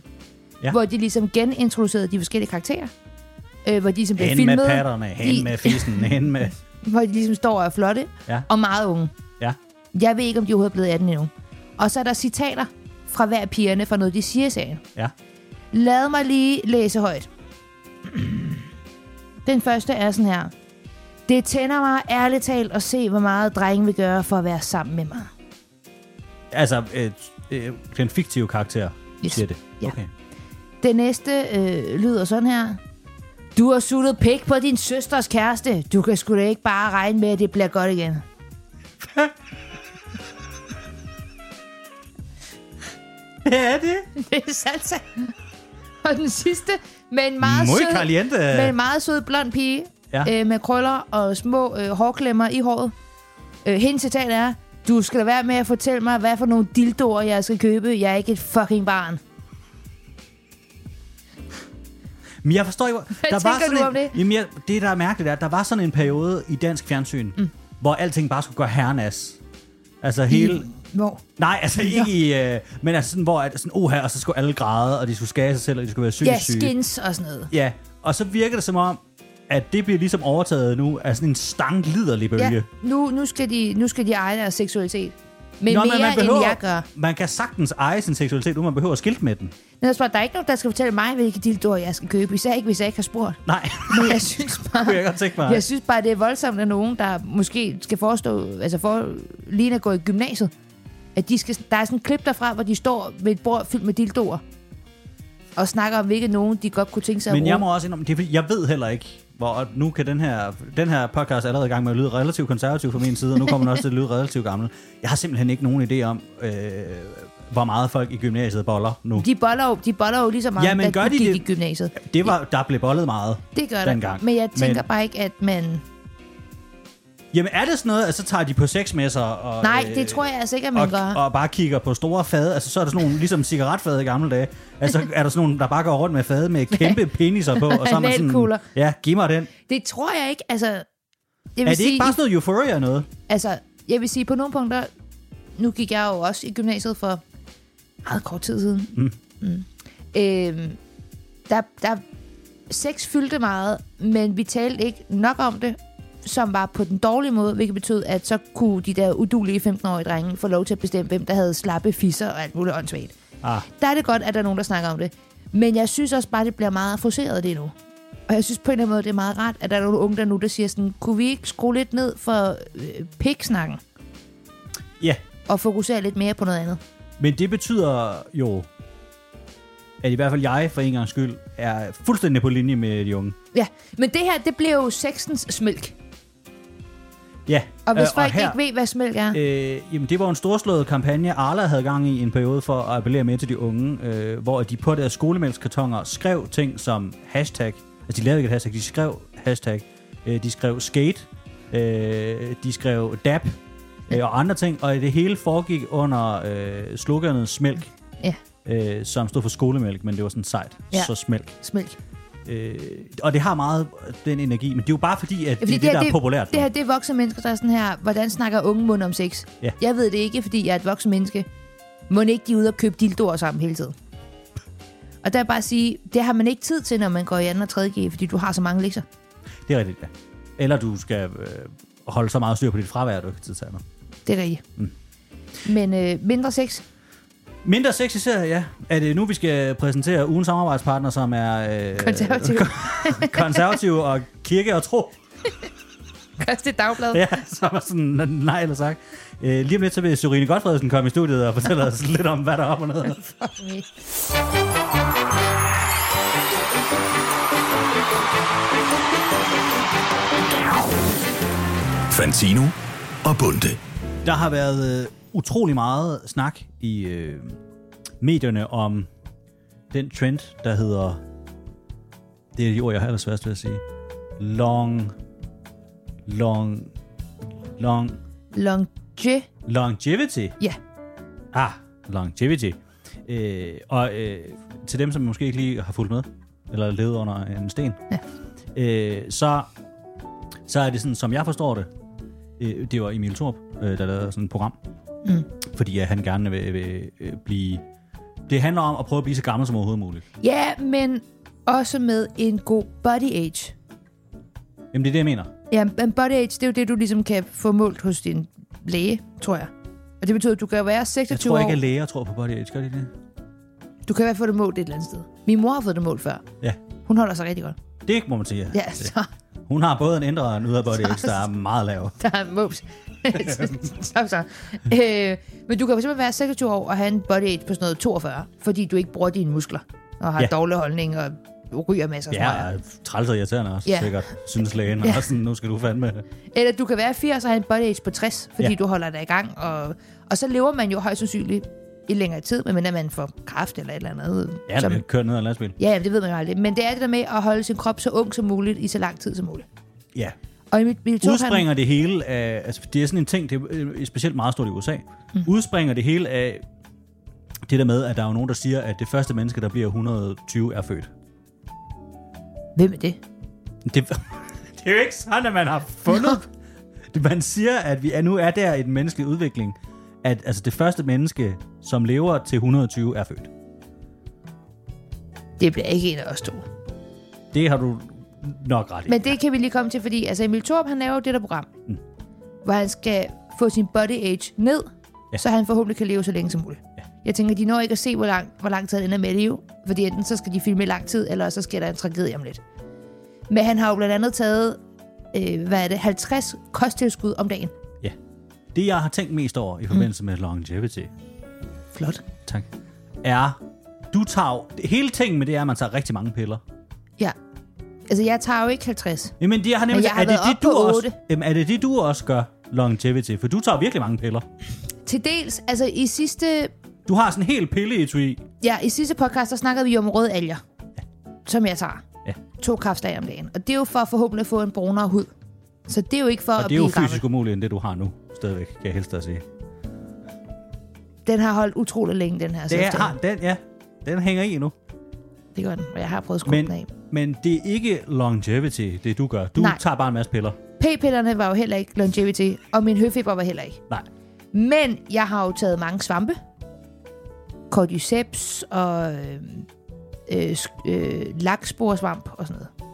S2: Ja.
S3: ja. hvor de ligesom genintroducerede de forskellige karakterer. Øh, hvor de ligesom blev
S2: Hen
S3: filmet.
S2: med patterne, hen
S3: I-
S2: med
S3: [laughs]
S2: fissen, hen med...
S3: Hvor de ligesom står og er flotte
S2: Ja.
S3: og meget unge.
S2: Ja.
S3: Jeg ved ikke, om de overhovedet er blevet 18 endnu. Og så er der citater fra hver af pigerne fra noget, de siger i serien.
S2: Ja.
S3: Lad mig lige læse højt. [clears throat] Den første er sådan her. Det tænder mig ærligt talt at se, hvor meget drengen vil gøre for at være sammen med mig.
S2: Altså, øh, øh, den fiktive karakter
S3: Yes.
S2: siger det.
S3: Ja.
S2: Okay.
S3: Det næste øh, lyder sådan her. Du har suttet pik på din søsters kæreste. Du kan sgu da ikke bare regne med, at det bliver godt igen. [laughs]
S2: Hvad er det?
S3: Det er salsa. Og den sidste, med en meget
S2: Muy
S3: sød,
S2: caliente.
S3: med en meget sød blond pige.
S2: Ja.
S3: Øh, med krøller og små øh, hårklemmer i håret. Øh, hendes citat er, du skal lade være med at fortælle mig, hvad for nogle dildoer, jeg skal købe. Jeg er ikke et fucking barn.
S2: Men jeg forstår ikke, hvor-
S3: [laughs] Hvad
S2: der var sådan
S3: tænker du
S2: en,
S3: om det?
S2: Jamen, jeg, det, der er mærkeligt, er, at der var sådan en periode i dansk fjernsyn, mm. hvor alting bare skulle gøre herrenas. Altså hele... I...
S3: Hvor?
S2: Nej, altså ikke i... Øh, men altså sådan, hvor at, sådan, oha, og så skulle alle græde, og de skulle skade sig selv, og de skulle være syge
S3: Ja,
S2: syge.
S3: skins og sådan noget.
S2: Ja, og så virker det som om, at det bliver ligesom overtaget nu af sådan en stang liderlig bølge.
S3: Ja, nu, nu, skal de, nu skal de eje deres seksualitet. Men
S2: Nå,
S3: Nå, mere, man behøver... end jeg gør.
S2: Man kan sagtens eje sin seksualitet, uden man behøver at skilte med den.
S3: Men jeg spørger, der er ikke nogen, der skal fortælle mig, hvilke dildoer jeg skal købe. Især ikke, hvis jeg ikke har spurgt.
S2: Nej, [laughs]
S3: Men jeg synes bare,
S2: kunne jeg godt tænke mig.
S3: jeg synes bare det er voldsomt, at nogen, der måske skal forestå, altså for lige at gå i gymnasiet, at de skal, der er sådan et klip derfra, hvor de står ved et bord fyldt med dildoer, og snakker om, hvilke nogen de godt kunne tænke sig at
S2: Men jeg
S3: bruge.
S2: må også indrømme, det, er fordi, jeg ved heller ikke, hvor og nu kan den her, den her podcast allerede i gang med at lyde relativt konservativ fra min side, og nu kommer den også til at lyde relativt gammel. Jeg har simpelthen ikke nogen idé om, øh, hvor meget folk i gymnasiet boller nu.
S3: De boller jo, de boller jo lige så meget,
S2: Ja, men
S3: da
S2: gør
S3: du
S2: de
S3: gik
S2: det?
S3: i gymnasiet.
S2: Det var, der blev bollet meget.
S3: Det gør
S2: dengang.
S3: det. Men jeg tænker
S2: Men-
S3: bare ikke, at man...
S2: Jamen er det sådan noget, at så tager de på sexmesser og...
S3: Nej,
S2: øh,
S3: det tror jeg altså ikke, at man
S2: og,
S3: gør.
S2: og bare kigger på store fade. Altså, så er der sådan nogle, ligesom cigaretfade i gamle dage. Altså, er der sådan nogle, der bare går rundt med fade med kæmpe peniser på, og så er man sådan,
S3: Analkugler.
S2: ja, giv mig den.
S3: Det tror jeg ikke, altså... Jeg vil
S2: Er det
S3: sige,
S2: ikke bare sådan noget euphoria eller noget?
S3: altså, jeg vil sige, på nogle punkter, nu gik jeg jo også i gymnasiet for meget kort tid siden. Mm. Mm. Øhm, der, der, sex fyldte meget, men vi talte ikke nok om det, som var på den dårlige måde, hvilket betød, at så kunne de der udulige 15-årige drenge få lov til at bestemme, hvem der havde slappe fisser og alt muligt åndssvagt.
S2: Ah.
S3: Der er det godt, at der er nogen, der snakker om det. Men jeg synes også bare, det bliver meget fruseret lige nu. Og jeg synes på en eller anden måde, det er meget rart, at der er nogle unge der nu, der siger sådan, kunne vi ikke skrue lidt ned for øh, piksnakken
S2: Ja, yeah.
S3: og fokusere lidt mere på noget andet?
S2: Men det betyder jo, at i hvert fald jeg for en gang skyld er fuldstændig på linje med de unge.
S3: Ja, men det her, det bliver jo sexens smælk.
S2: Ja.
S3: Og hvis
S2: øh,
S3: folk ikke ved, hvad smælk er,
S2: Øh, jamen, det var en storslået kampagne, Arla havde gang i en periode for at appellere mere til de unge, øh, hvor de på deres skolemælkskartoner skrev ting som hashtag. Altså, de lavede ikke et hashtag, de skrev hashtag. Øh, de skrev skate, øh, de skrev dab øh, og andre ting, og det hele foregik under øh, sloganet smælk,
S3: Ja.
S2: øh, som stod for skolemælk, men det var sådan sejt,
S3: Ja.
S2: så smælk.
S3: smælk.
S2: Øh, og det har meget den energi, men det er jo bare fordi, at
S3: Ja,
S2: fordi det er det, der er populært.
S3: Det
S2: nu.
S3: her, det er voksne mennesker, der er sådan her, hvordan snakker unge mund om sex?
S2: Ja.
S3: Jeg ved det ikke, fordi jeg er et voksen menneske. Må ikke de er ude og købe dildoer sammen hele tiden? Og der er bare at sige, det har man ikke tid til, når man går i 2. og 3. G, fordi du har så mange lektier.
S2: det er rigtigt, ja. Eller du skal øh, holde så meget styr på dit fravær, at du ikke har tid til andet.
S3: Det er rigtigt. Mm. Men øh, mindre sex.
S2: Mindre sexy serier, ja. Er det nu, vi skal præsentere ugens samarbejdspartner, som er øh,
S3: Konservativ.
S2: [laughs]
S3: [laughs]
S2: konservativ og kirke og tro?
S3: Koste dagblad. Ja.
S2: Ja, som er sådan nej eller sagt. Øh, lige om lidt, så vil Sørine Godfredsen komme i studiet og fortælle os lidt om, hvad der er op og ned.
S1: Fantino og Bunde.
S2: Der har været øh, utrolig meget snak i øh, medierne om den trend, der hedder, det er de ord, jeg har allersværest ved at sige, long, long, long,
S3: Longe.
S2: longevity.
S3: Ja.
S2: Ah, longevity. Øh, og øh, til dem, som måske ikke lige har fulgt med, eller levet under en sten,
S3: Ja.
S2: øh, så, så er det sådan, som jeg forstår det, øh, det var Emil Torp, øh, der lavede sådan et program, mm. fordi at han gerne vil, vil øh, blive... Det handler om at prøve at blive så gammel som overhovedet muligt.
S3: Ja, men også med en god body age.
S2: Jamen, det er det, jeg mener.
S3: Ja, men body age, det er jo det, du ligesom kan få målt hos din læge, tror jeg. Og det betyder, at du kan være
S2: Jeg
S3: 26
S2: tror ikke,
S3: år.
S2: at læger tror på body age. Gør de det?
S3: Du kan i hvert fald få det målt et eller andet sted. Min mor har fået det målt før.
S2: Ja.
S3: Hun holder sig rigtig godt.
S2: Det må man sige.
S3: Ja, så [laughs]
S2: Hun har både en indre og en ydre body age, der er meget lav. [laughs]
S3: der er mops. Stop så. Øh, men du kan jo simpelthen være 26 år og have en body age på sådan noget 42, fordi du ikke bruger dine muskler, og har
S2: Ja.
S3: ja. dårlig holdning, og ryger masser af smøger.
S2: Ja, træls og irriterende også,
S3: Ja.
S2: sikkert, synes lægen. Og sådan, nu skal du fandme...
S3: Eller du kan være 80 og have en body age på 60, fordi
S2: Ja.
S3: ja. du holder dig i gang. Og, og så lever man jo højst sandsynligt i længere tid, medmindre man får kræft eller et eller andet.
S2: Ja,
S3: som,
S2: Som... køre ned ad en lastbil.
S3: ja, jamen, det ved man jo aldrig. Men det er det der med at holde sin krop så ung som muligt i så lang tid som muligt.
S2: Ja.
S3: Og i mit, mit
S2: Udspringer det hele af... Altså, det er sådan en ting, det er øh, specielt meget stort i USA. Mm.
S3: Mhm.
S2: Udspringer det hele af det der med, at der er jo nogen, der siger, at det første menneske, der bliver 120, er født.
S3: Hvem er det?
S2: Det, [laughs] det er jo ikke sådan, at man har fundet... Det- [laughs] Man siger, at vi er, nu er der i den menneskelige udvikling, at altså, det første menneske, som lever til 120, er født.
S3: Det bliver ikke en af os to.
S2: Det har du nok ret i.
S3: Men det kan vi lige komme til, fordi altså Emil Thorup, han laver jo det der program, mm. hvor han skal få sin body age ned,
S2: Ja.
S3: ja. så han forhåbentlig kan leve så længe som muligt. Ja. Jeg tænker, de når ikke at se, hvor lang, hvor lang tid han ender med at leve, fordi enten så skal de filme i lang tid, eller så sker der en tragedie om lidt. Men han har jo blandt andet taget, øh, hvad er det, 50 kosttilskud om dagen.
S2: Ja. Det, jeg har tænkt mest over i forbindelse mm. med longevity,
S3: Flot.
S2: tak, er, du tager... jo- Hele tingen med det er, at man tager rigtig mange piller.
S3: Ja. Altså, jeg tager jo ikke 50.
S2: Jamen, det, jeg har nemlig,
S3: jeg har
S2: er, det
S3: været
S2: det,
S3: oppe
S2: du
S3: på
S2: også,
S3: otte.
S2: jamen, er det det, du også gør, longevity? For du tager virkelig mange piller.
S3: Til dels, altså i sidste
S2: Du har sådan en helt pille
S3: Ja, i sidste podcast, der snakkede vi om røde alger, som jeg tager.
S2: Ja.
S3: To kraftslag om dagen. Og det er jo for at forhåbentlig få en brunere hud. Så det er jo ikke for
S2: Og
S3: at
S2: det er jo
S3: blive
S2: fysisk
S3: gammel. Altså,
S2: umuligt, end det, du har nu, stadigvæk, kan jeg helst at sige.
S3: Den har holdt utrolig længe, den her
S2: Det er,
S3: selfie.
S2: har, den, ja, den hænger i nu.
S3: Det gør den, og jeg har prøvet at skrue
S2: Men,
S3: den af.
S2: men det er ikke longevity, det du gør. Du Nej.
S3: Nej.
S2: tager bare en masse piller.
S3: P-pillerne var jo heller ikke longevity, og min høfeber var heller ikke.
S2: Nej.
S3: Men jeg har jo taget mange svampe. Cordyceps og øh, øh, sk- øh, laksporsvamp og sådan noget.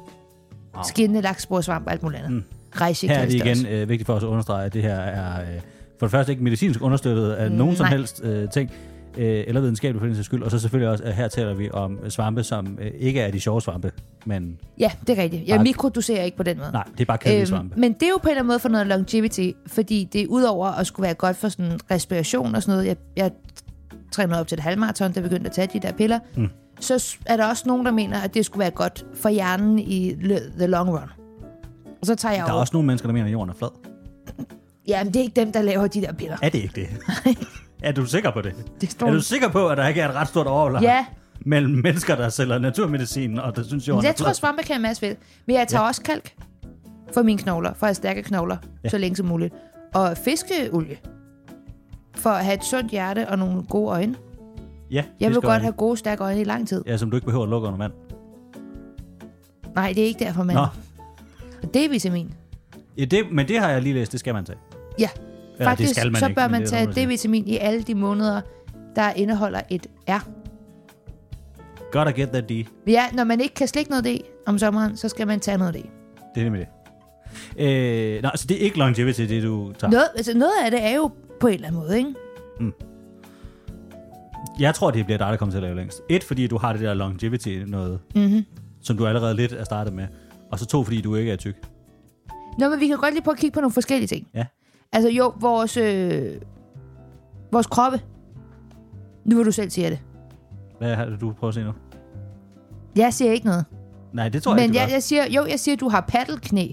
S2: Wow.
S3: Skinnende laksporsvamp og alt muligt andet. Mm.
S2: Her er det igen øh, vigtigt for os at understrege, at det her er øh, for det første ikke medicinsk understøttet af nogen som
S3: Mm, Nej.
S2: helst øh, ting, øh, eller videnskabelig for den sags skyld, og så selvfølgelig også, at her taler vi om svampe, som øh, ikke er de sjove svampe, men
S3: Ja, det er rigtigt. Jeg
S2: Bare-
S3: mikrodoserer ikke på den måde.
S2: nej, det er bare kedelige øhm, svampe.
S3: men det er jo på en eller anden måde for noget longevity, fordi det er udover at skulle være godt for sådan respiration og sådan noget. Jeg, jeg trænede op til et halvmarathon, der begyndte at tage de der piller. Mm. Så s- er der også nogen, der mener, at det skulle være godt for hjernen i l- the long run. Og så tager jeg
S2: Der er
S3: over.
S2: også nogle mennesker, der mener, at jorden er flad.
S3: Ja, men det er ikke dem, der laver de der piller.
S2: Er det
S3: [laughs]
S2: ikke det? er du sikker på det?
S3: Det står-
S2: Er du sikker på, at der ikke er et ret stort overlap
S3: Ja.
S2: mellem mennesker, der sælger naturmedicin, og der synes, jorden
S3: Jeg
S2: er flad?
S3: tror, svampe kan en masse ved. Men jeg tager ja. også kalk for mine knogler, for at have stærke knogler, ja. så længe som muligt. Og fiskeolie, for at have et sundt hjerte og nogle gode øjne.
S2: Ja, det
S3: Jeg vil
S2: skal
S3: godt
S2: man.
S3: have gode, stærke øjne i lang tid.
S2: Ja, som du ikke behøver at lukke under vand.
S3: Nej, det er ikke derfor, mand.
S2: Nå,
S3: Og D-vitamin.
S2: ja, det, men det har jeg lige læst, det skal man tage.
S3: Ja,
S2: det
S3: faktisk
S2: skal man
S3: så
S2: ikke,
S3: bør
S2: men
S3: man
S2: det er
S3: tage
S2: noget, man
S3: D-vitamin i alle de måneder, der indeholder et R.
S2: Gotta get that D.
S3: Ja, når man ikke kan slikke noget D om sommeren, så skal man tage noget D.
S2: Det er nemlig det. Øh, nej, så det er ikke longevity, det du tager.
S3: Noget, altså noget af det er jo på en eller anden måde, ikke?
S2: Jeg tror, det bliver dig, der kommer til at lave længst. Et, fordi du har det der longevity noget, mm-hmm. som du allerede lidt er startet med. Og så to, fordi du ikke er tyk.
S3: Nå, men vi kan godt lige prøve at kigge på nogle forskellige ting.
S2: Ja.
S3: Altså jo, vores, øh, vores kroppe. Nu vil du selv sige det.
S2: Hvad har du prøvet at se nu?
S3: Jeg siger ikke noget.
S2: Nej, det tror jeg
S3: Men
S2: ikke, du
S3: jeg,
S2: gør.
S3: jeg siger, jo, jeg siger, du har paddelknæ.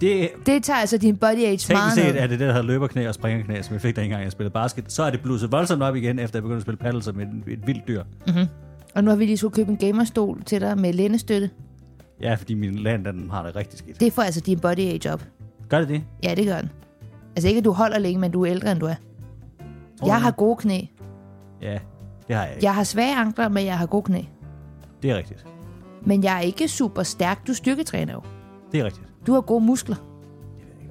S2: Det,
S3: Det tager altså din body age
S2: Teknisk
S3: meget
S2: set
S3: ned.
S2: er det det, der hedder løberknæ og springerknæ, som jeg fik, da engang jeg spillede basket. Så er det blusset voldsomt op igen, efter jeg begyndte at spille paddle som et, et vildt dyr.
S3: Og nu har vi lige skulle købe en gamerstol til dig med lændestøtte.
S2: Ja, fordi min land, den har det rigtig skidt.
S3: Det får altså din body age op.
S2: Gør det det?
S3: Ja, det gør den. Altså ikke, at du holder længe, men du er ældre, end du er.
S2: du
S3: Jeg har
S2: det?
S3: gode knæ.
S2: Ja, det har jeg ikke. Ja.
S3: Jeg har svage ankler, men jeg har gode knæ.
S2: Det er rigtigt.
S3: Men jeg er ikke super stærk. Du styrketræner jo.
S2: Det er rigtigt.
S3: Du har gode muskler.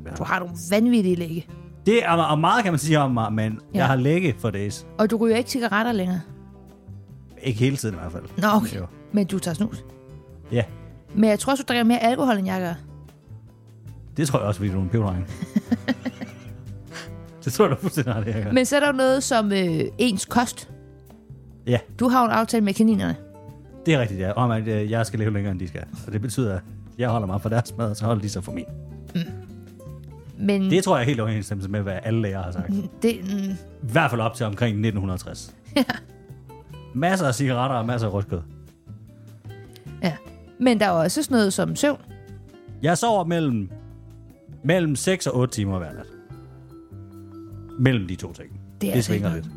S2: har.
S3: Du har nogle vanvittige lægge.
S2: Det er og meget, kan man sige om mig, men ja.
S3: Ja.
S2: jeg har lægge for days.
S3: Og du ryger ikke cigaretter længere.
S2: Ikke hele tiden i hvert fald.
S3: Nå, okay.
S2: Jo.
S3: Men du tager snus.
S2: Ja,
S3: Men jeg tror også, du drikker mere alkohol, end jeg gør.
S2: det tror jeg også, fordi du er en
S3: [laughs]
S2: pivdreng. det tror jeg, du fuldstændig har det, jeg gør.
S3: Men så er der jo noget som øh, ens kost.
S2: Ja,
S3: Du har jo en aftale med kaninerne.
S2: det er rigtigt, ja. Om at øh, jeg
S3: Mm.
S2: skal leve længere, end de skal. Og det betyder, at jeg holder mig for deres mad, og så holder de sig for min.
S3: Men
S2: Det tror jeg er helt overensstemmelse med, hvad alle lærere har sagt.
S3: det, mm,
S2: I hvert fald op til omkring 1960.
S3: Ja.
S2: Masser af cigaretter og masser af rødskød.
S3: ja. Men der er også sådan noget som søvn.
S2: Jeg sover mellem, mellem 6 og 8 timer hver nat. Mellem de to ting.
S3: Det er
S2: det
S3: altså
S2: svinger
S3: ikke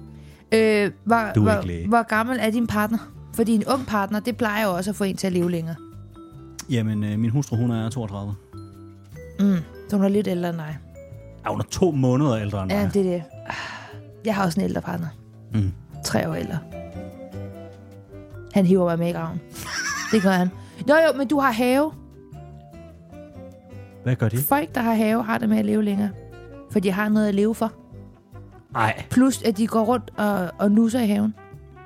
S2: lidt.
S3: Øh, hvor,
S2: Du er ikke læge.
S3: hvor, hvor gammel er din partner? Fordi en ung partner, det plejer jo også at få en til at leve længere.
S2: Jamen, øh, min hustru, hun er 32.
S3: Så hun er lidt ældre end dig.
S2: Ja, hun er to måneder ældre end
S3: Ja,
S2: mig.
S3: det er det. Jeg har også en ældre partner.
S2: Mm.
S3: Tre år ældre. Han hiver mig med i graven. Det gør han. Jo, jo, men du har have.
S2: Hvad gør det?
S3: Folk, der har have, har det med at leve længere. For de har noget at leve for.
S2: Nej,
S3: Plus, at de går rundt og, og nusser i haven.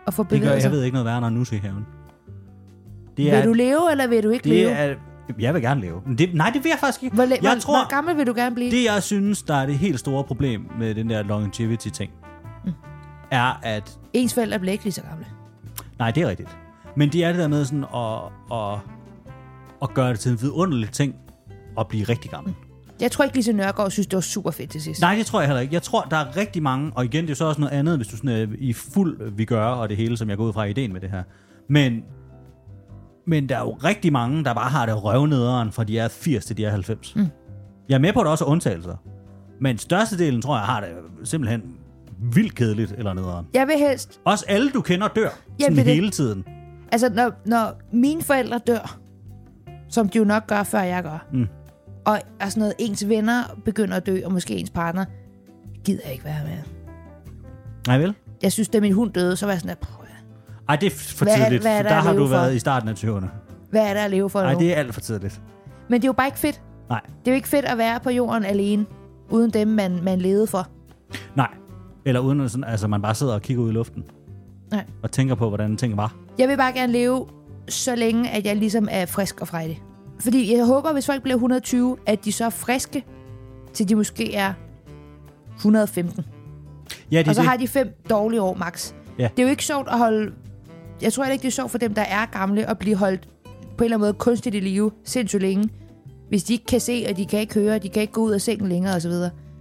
S3: Og får
S2: det gør
S3: bevæget
S2: jeg
S3: sig.
S2: ved ikke noget værre, når nu i haven. Det
S3: Vil du leve, eller vil du ikke
S2: det
S3: leve?
S2: er, jeg vil gerne leve. Men det, nej, det vil jeg faktisk ikke.
S3: Hvor, la-
S2: jeg
S3: hvor, tror, hvor gammel vil du gerne blive? Det,
S2: Det, jeg synes, der er det helt store problem med den der longevity-ting, mm. er, at...
S3: Ens forældre bliver ikke lige så gamle.
S2: Nej, det er rigtigt. Men det er det der med sådan at, at, at gøre det til en vidunderlig ting at blive rigtig
S3: Mm.
S2: gammel.
S3: Jeg tror ikke, Lise Nørgaard synes, det var super fedt til sidst.
S2: Nej, det tror jeg heller ikke. Jeg tror, der er rigtig mange, og igen, det er så også noget andet, hvis du sådan er i fuld øh, vi gør, og det hele, som jeg går ud fra er ideen med det her. Men, men der er jo rigtig mange, der bare har det røvnederen fra de er 80 til de er 90. Mm. Jeg er med på, at der også er undtagelser. Men størstedelen, tror jeg, har det simpelthen vildt kedeligt eller nederen.
S3: Jeg vil helst...
S2: Også alle, du kender, dør sådan
S3: det er det.
S2: hele tiden.
S3: Altså, når, når mine forældre dør, som de jo nok gør, før jeg gør, mm. og, og sådan noget, ens venner begynder at dø, og måske ens partner, gider jeg ikke være med.
S2: Nej vel?
S3: Jeg synes, da min hund døde, så var jeg sådan, at, "Prøv at-
S2: Ej, det er for
S3: Hvad er-
S2: tidligt.
S3: hvad er der
S2: der
S3: at
S2: har
S3: leve
S2: du
S3: for?
S2: været i starten af 20'erne.
S3: hvad er der at leve for
S2: Nej,
S3: nu?
S2: det er alt for tidligt.
S3: Men det er jo bare ikke fedt.
S2: Nej,
S3: Det er jo ikke fedt at være på jorden alene, uden dem, man, man levede for.
S2: nej. Eller uden at sådan, altså, man bare sidder og kigger ud i luften.
S3: Nej.
S2: og tænker på, hvordan ting var.
S3: Jeg vil bare gerne leve så længe, at jeg ligesom er frisk og frejdig. Fordi jeg håber, hvis folk bliver 120, at de så er friske, til de måske er 115.
S2: Ja, det er
S3: Og så
S2: det.
S3: har de fem dårlige år max.
S2: Ja.
S3: Det er jo ikke sjovt at holde... Jeg tror heller ikke, det er sjovt for dem, der er gamle, at blive holdt på en eller anden måde kunstigt i live sindssygt længe. Hvis de ikke kan se, og de kan ikke høre, og de kan ikke gå ud af sengen længere osv.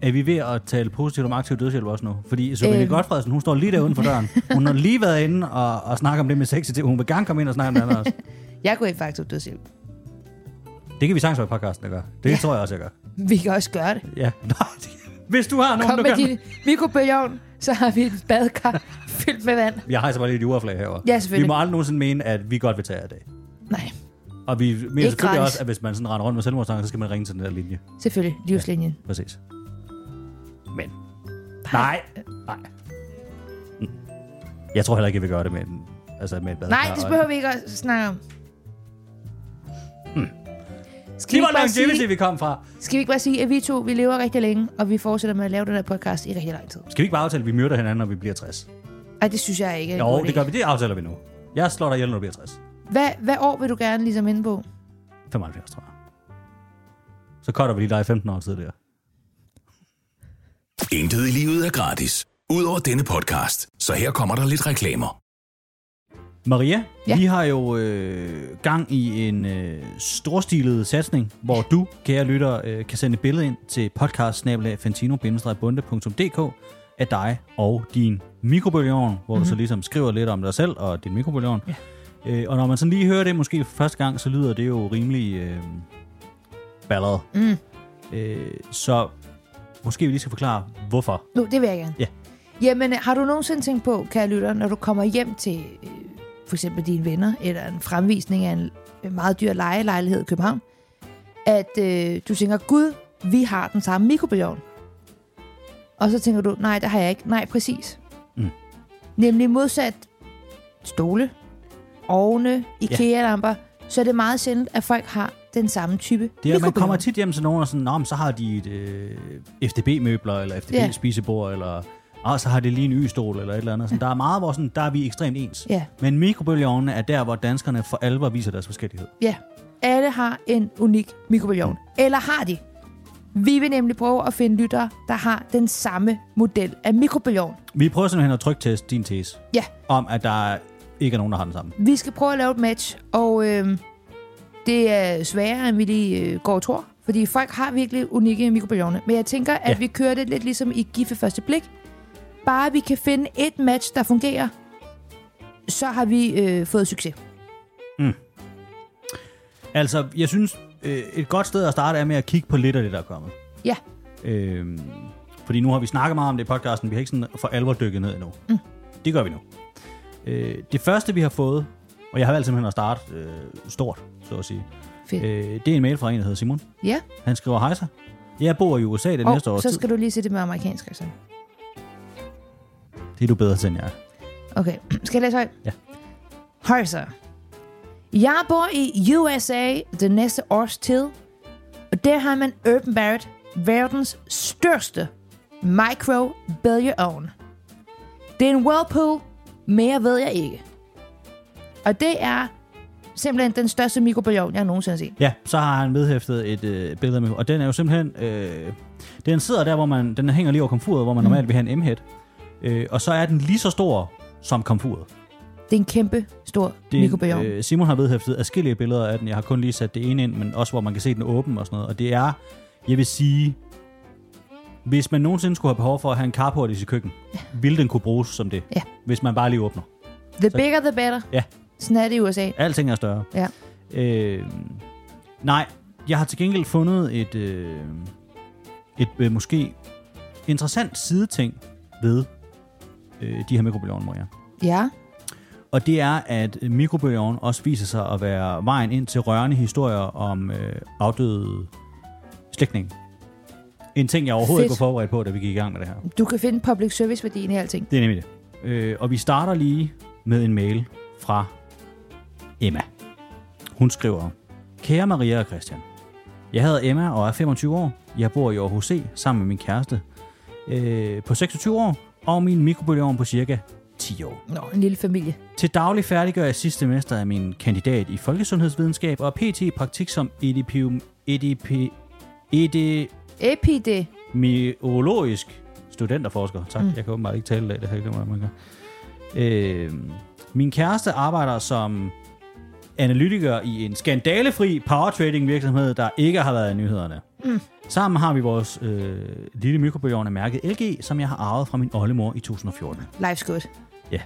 S2: Er vi ved at tale positivt om aktiv dødshjælp også nu? Fordi Sofie øhm.
S3: Øhm.
S2: Godfredsen, hun står lige der uden for døren. Hun har lige været inde og, og snakke om det med sex. Hun vil gerne komme ind og snakke om det andet også.
S3: Jeg går ikke faktisk dødshjælp.
S2: Det kan vi sagtens være i podcasten, der gør. Det ja. tror jeg også, jeg gør.
S3: Vi kan også gøre det.
S2: Ja. [laughs] Nej, det- Hvis du har nogen,
S3: Kom
S2: der
S3: med
S2: gør
S3: din mikrobølgeovn, så har vi et badkar fyldt med vand.
S2: Jeg hejser bare lige et juraflag herovre.
S3: Ja, selvfølgelig.
S2: Vi må aldrig nogensinde mene, at vi godt vil tage jer i dag.
S3: Nej,
S2: Og vi mener selvfølgelig
S3: gratis.
S2: også, at hvis man sådan render rundt med selvmordstanker, så skal man ringe til den der linje.
S3: selvfølgelig. Livslinjen.
S2: Præcis. Men. Nej. Nej. Mm. Jeg tror heller ikke, jeg vil gøre det med, en, altså med et badkar.
S3: Nej, det
S2: og-
S3: behøver vi ikke at snakke
S2: Hmm.
S3: om. Skal
S2: Det
S3: vi,
S2: var
S3: ikke bare
S2: longevity,
S3: sige,
S2: vi kom fra.
S3: skal vi ikke bare sige, at vi to vi lever rigtig længe, og vi fortsætter med at lave den her podcast i rigtig lang tid?
S2: Skal vi ikke bare aftale, at vi myrder hinanden, når vi bliver 60?
S3: Ej, det synes jeg ikke. er en
S2: Jo,
S3: god
S2: det
S3: idé.
S2: gør vi. Det aftaler vi nu. Jeg slår dig ihjel, når du bliver 60.
S3: Hvad, hvad år vil du gerne ligesom inde på?
S2: 75, tror jeg. Så cutter vi lige dig 15 år tidligere.
S1: Intet i livet er gratis. Udover denne podcast, så her kommer der lidt reklamer.
S2: Maria, ja.
S3: Ja.
S2: vi har jo øh, gang i en øh, storstilet satsning, hvor du, kære lytter, øh, kan sende et billede ind til podcast bundedk af dig og din mikrobølgeovn, hvor
S3: Mhm.
S2: mm-hmm. du så ligesom skriver lidt om dig selv og din mikrobølgeovn. Ja. Øh, og når man sådan lige hører det måske for første gang, så lyder det jo rimelig øh, balleret.
S3: Mm.
S2: Øh, så måske vi lige skal forklare, hvorfor.
S3: Nu, det vil jeg gerne.
S2: Ja.
S3: Jamen, øh, har du nogensinde tænkt på, kære lytter, når du kommer hjem til øh, for eksempel dine venner, eller en fremvisning af en øh, meget dyr lejelejlighed i København, at øh, du tænker, gud, vi har den samme mikrobølgeovn. Og så tænker du, nej, det har jeg ikke. Nej, præcis.
S2: Mm.
S3: Nemlig modsat stole, ovne, IKEA-lamper, så er det meget sjældent, at folk har den samme type
S2: Det er, at man kommer
S3: mikrobølgeovn.
S2: tit hjem til nogen og sådan, Nå, men så har de et øh, FDB-møbler, eller
S3: Ja.
S2: FDB-spisebord, eller og så har det lige en y-stol, eller et eller andet. Sådan, der er meget, hvor sådan, der er vi ekstremt ens.
S3: Ja.
S2: Men mikrobølgeovnene er der, hvor danskerne for alvor viser deres forskellighed.
S3: Ja, alle har en unik mikrobølgeovn. Eller har de? Vi vil nemlig prøve at finde lyttere, der har den samme model af mikrobølgeovn.
S2: Vi prøver simpelthen at trykteste din tese,
S3: Ja,
S2: om at der ikke er nogen, der har den samme.
S3: øhm, vi skal prøve at lave et match, og øh, det er sværere, end vi lige øh, går og tror, Fordi folk har virkelig unikke mikrobølgeovne. Men jeg tænker, at
S2: Ja.
S3: ja. vi kører det lidt ligesom i Giffe Første Blik. Bare vi kan finde et match, der fungerer, så har vi øh, fået succes.
S2: Altså, jeg synes, øh, et godt sted at starte er med at kigge på lidt af det, der er kommet.
S3: Ja,
S2: Øh, fordi nu har vi snakket meget om det i podcasten, vi har ikke sådan for alvor dykket ned endnu. Mm. Det gør vi nu. Øh, det første, vi har fået, og jeg har valgt simpelthen at starte øh, stort, så at sige,
S3: fedt. Øh,
S2: øh, det er en mail fra en, der hedder Simon.
S3: ja,
S2: Han skriver, hej så. Jeg bor i USA det oh,
S3: og
S2: næste år.
S3: så skal du lige se det med amerikansk accent.
S2: Det er du bedre til, end jeg er.
S3: Okay, [clears throat] skal jeg læse højt?
S2: Ja.
S3: Hej så. Jeg bor i USA det næste års tid, og der har man Urban Barrett, verdens største micro-bølgeovn. Det er en whirlpool, mere ved jeg ikke. Og det er simpelthen den største mikrobølgeovn, jeg nogensinde har set.
S2: Ja, så har han medhæftet et øh, billede med, og den er jo simpelthen, øh, den sidder der, hvor man, den hænger lige over komfuret,
S3: Mm.
S2: hvor man normalt vil have en M-head, øh, og så er den lige så stor som komfuret.
S3: Det er en kæmpe stor
S2: Det,
S3: mikrobølgeovn.
S2: øh, Simon har vedhæftet adskillige billeder af den, jeg har kun lige sat det ene ind, men også hvor man kan se den åben og sådan noget, og det er, jeg vil sige, hvis man nogensinde skulle have behov for at have en carport i sit køkken, ville den kunne bruges som det,
S3: Ja.
S2: hvis man bare lige åbner.
S3: The bigger the better.
S2: Ja.
S3: Sådan er det i USA.
S2: Alting er større.
S3: Ja.
S2: Øh, nej, jeg har til gengæld fundet et, øh, et øh, måske interessant sideting ved øh, de her mikrobølgeovne, Maria.
S3: Ja.
S2: Og det er, at mikrobølgeovnen også viser sig at være vejen ind til rørende historier om øh, afdøde slægtninge. En ting, jeg overhovedet
S3: Fedt.
S2: ikke var forberedt på, da vi gik i gang med det her.
S3: Du kan finde public service-værdien i alting.
S2: Det er nemlig det. Øh, og vi starter lige med en mail fra Emma. Hun skriver, Kære Maria og Christian, jeg hedder Emma og er 25 år. Jeg bor i Aarhus C sammen med min kæreste øh, på 26 år og min mikrobølgeovn på cirka 10 år.
S3: Nå, en lille familie.
S2: Til daglig færdiggør jeg sidste semester af min kandidat i folkesundhedsvidenskab og pt. i praktik som edipium, edip,
S3: Epide.
S2: epidemiologisk studenterforsker. Tak, mm. jeg kan åbenbart ikke tale i dag, det har jeg ikke glemt, hvordan man gør. Øh, min kæreste arbejder som analytiker i en skandalefri powertrading virksomhed, der ikke har været i nyhederne. Mm. Sammen har vi vores øh, lille mikrobølgeovn af mærket LG, som jeg har arvet fra min oldemor i 2014.
S3: Life's good.
S2: Ja.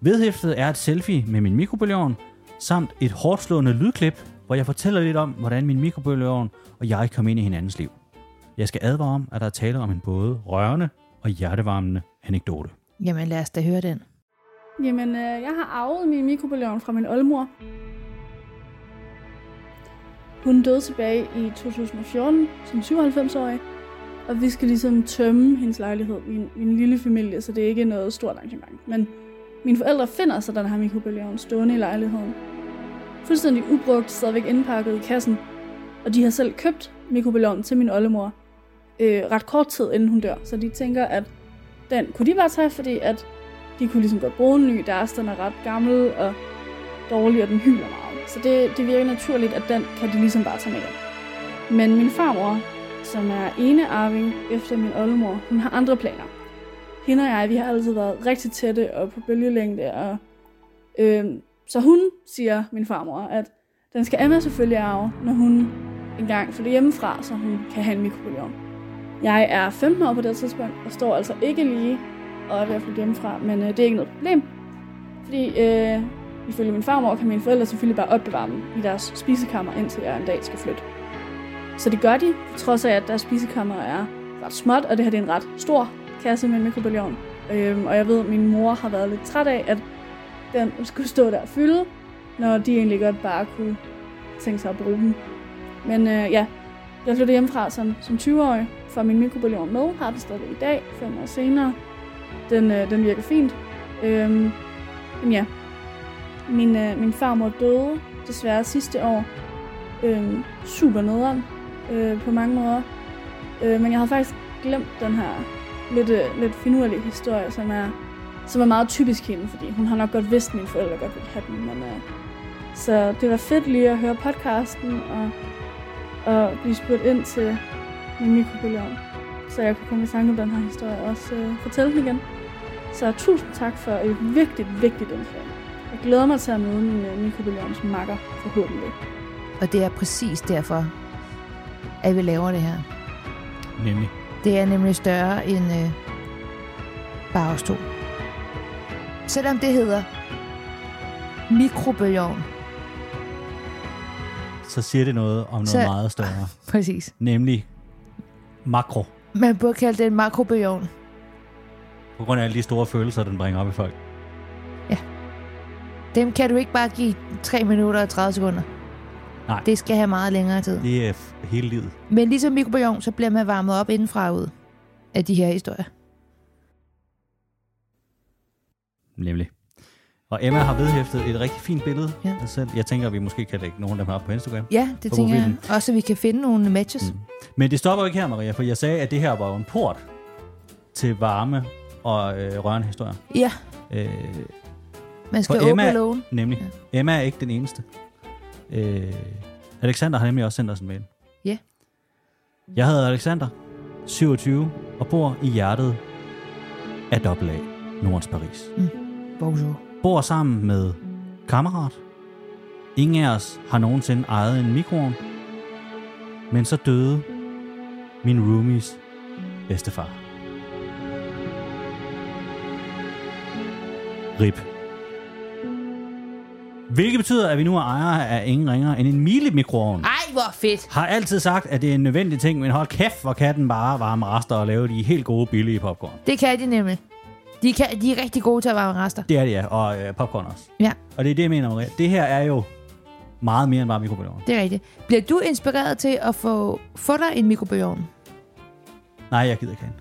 S2: Vedhæftet er et selfie med min mikrobølgeovn, samt et hårdt slående lydklip, hvor jeg fortæller lidt om, hvordan min mikrobølgeovn og jeg kom ind i hinandens liv. Jeg skal advare om, at der er tale om en både rørende og hjertevarmende anekdote.
S3: Jamen lad os da høre den.
S4: Jamen, øh, jeg har arvet min mikrobølgeovn fra min oldemor. Hun døde tilbage i 2014 som 97-årig, og vi skal ligesom tømme hendes lejlighed, min, min lille familie, så det er ikke noget stort arrangement. Men mine forældre finder så den her mikrobølgeovn stående i lejligheden. Fuldstændig ubrugt, stadigvæk indpakket i kassen, og de har selv købt mikrobølgeovnen til min oldemor øh, ret kort tid inden hun dør, så de tænker, at den kunne de bare tage, fordi at de kunne ligesom godt bruge en ny deres, den er ret gammel og dårlig, og den hyler meget. Så det, det virker naturligt, at den kan de ligesom bare tage med hjem. Men min farmor, som er ene arving efter min oldemor, hun har andre planer. Hende og jeg, vi har altid været rigtig tætte og på bølgelængde, og øh, så hun siger, min farmor, at den skal Emma selvfølgelig arve, når hun engang flytter hjemmefra, så hun kan have en mikrobølgeovn. Jeg er 15 år på det tidspunkt, og står altså ikke lige og er ved at flytte hjemmefra, men øh, det er ikke noget problem. Fordi øh, ifølge min farmor kan mine forældre selvfølgelig bare opbevare dem i deres spisekammer, indtil jeg en dag skal flytte. Så det gør de, på trods af at deres spisekammer er ret småt, og det her det er en ret stor kasse med en mikrobølgeovn. Øhm, og jeg ved, at min mor har været lidt træt af, at den skulle stå der og fylde, når de egentlig godt bare kunne tænke sig at bruge den. Men øh, ja, jeg flyttede hjemmefra som, som 20-årig, for min mikrobølgeovn med, har den stadig i dag, fem år senere. Den, øh, den virker fint. Øhm, men ja, min, øh, min farmor døde desværre sidste år. Øhm, super nederen øh, på mange måder. Øh, men jeg har faktisk glemt den her lidt, øh, lidt finurlige historie, som er, som er meget typisk hende, fordi hun har nok godt vidst, at mine forældre godt ville have den. Men, øh, så det var fedt lige at høre podcasten og, og blive spurgt ind til min mikrobølgeovn, så jeg kunne komme i tanke om den her historie og også øh, fortælle den igen. Så tusind tak for et vigtigt, vigtigt indslag. Jeg glæder mig til at møde min øh, mikrobølgeovns makker forhåbentlig.
S3: Og det er præcis derfor, at vi laver det her.
S2: Nemlig.
S3: Det er nemlig større end øh, bare os to. Selvom det hedder mikrobølgeovn.
S2: Så siger det noget om noget
S3: Så-
S2: meget større.
S3: Præcis.
S2: Nemlig makro.
S3: Man burde kalde det en makrobølgeovn.
S2: På grund af alle de store følelser, den bringer op i folk.
S3: Dem kan du ikke bare give 3 minutter og 30 sekunder.
S2: Nej.
S3: Det skal have meget længere tid.
S2: Det er f- hele livet.
S3: Men ligesom mikrobølgeovn, så bliver man varmet op indenfra og ud af de her historier.
S2: Nemlig. Og Emma har vedhæftet et rigtig fint billede
S3: Ja.
S2: af sig selv. Jeg tænker, at vi måske kan lægge nogle af dem her op på Instagram.
S3: Ja, det
S2: På
S3: tænker jeg.
S2: mobilen.
S3: Også så vi kan finde nogle matches. Mm.
S2: Men det stopper jo ikke her, Maria, for jeg sagde, at det her var jo en port til varme og øh, rørende historier.
S3: Ja,
S2: Øh,
S3: man skal
S2: For Emma-
S3: åbne lågen.
S2: nemlig. Ja. Emma er ikke den eneste. Øh, Alexander har nemlig også sendt os en mail.
S3: Ja.
S2: Jeg hedder Alexander, 27, og bor i hjertet af dobbelt A, Nordens Paris.
S3: Bonjour.
S2: Bor sammen med kammerat. Ingen af os har nogensinde ejet en mikroovn. Men så døde min roomies bedstefar. Rip. Hvilket betyder, at vi nu er ejere af ingen ringer end en mile mikroovn
S3: Ej, hvor fedt.
S2: har altid sagt, at det er en nødvendig ting, men hold kæft, hvor kan den bare varme rester og lave de helt gode, billige popcorn.
S3: Det kan de nemlig. De, kan, de er rigtig gode til at varme rester.
S2: Det er det, ja, og øh, popcorn også.
S3: Ja,
S2: Og det er det, jeg mener, Maria. Det her er jo meget mere end bare mikrobølgeovn.
S3: det er rigtigt. Bliver du inspireret til at få, få dig en mikrobølgeovn?
S2: Nej, jeg gider ikke have en.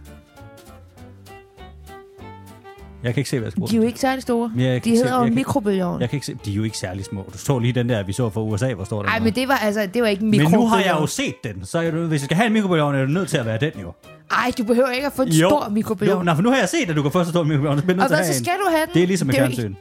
S2: Jeg kan ikke se, hvad jeg skal bruge
S3: De er
S2: den
S3: jo ikke særlig store.
S2: Ja, jeg
S3: de
S2: kan se-
S3: hedder jo
S2: jeg kan-
S3: mikrobølgeovn.
S2: til. Jeg kan ikke se, de er jo ikke særlig små. Du så lige den der, vi så fra USA, hvor står den
S3: Nej, men det var altså det var ikke en
S2: men
S3: mikrobølgeovn.
S2: nu har jeg jo set den, så er du, hvis jeg skal have en mikrobølgeovn, er du nødt til at være den jo.
S3: Ej, du behøver ikke at få en stor
S2: Jo,
S3: mikrobølgeovn.
S2: nej, for nu har jeg set, at du kan få så stor en mikrobølgeovn, så bliver jeg nødt
S3: Og
S2: til
S3: hvad,
S2: at
S3: så
S2: have en.
S3: skal du have den?
S2: Det er ligesom med
S3: Det er jo
S2: fjernsyn.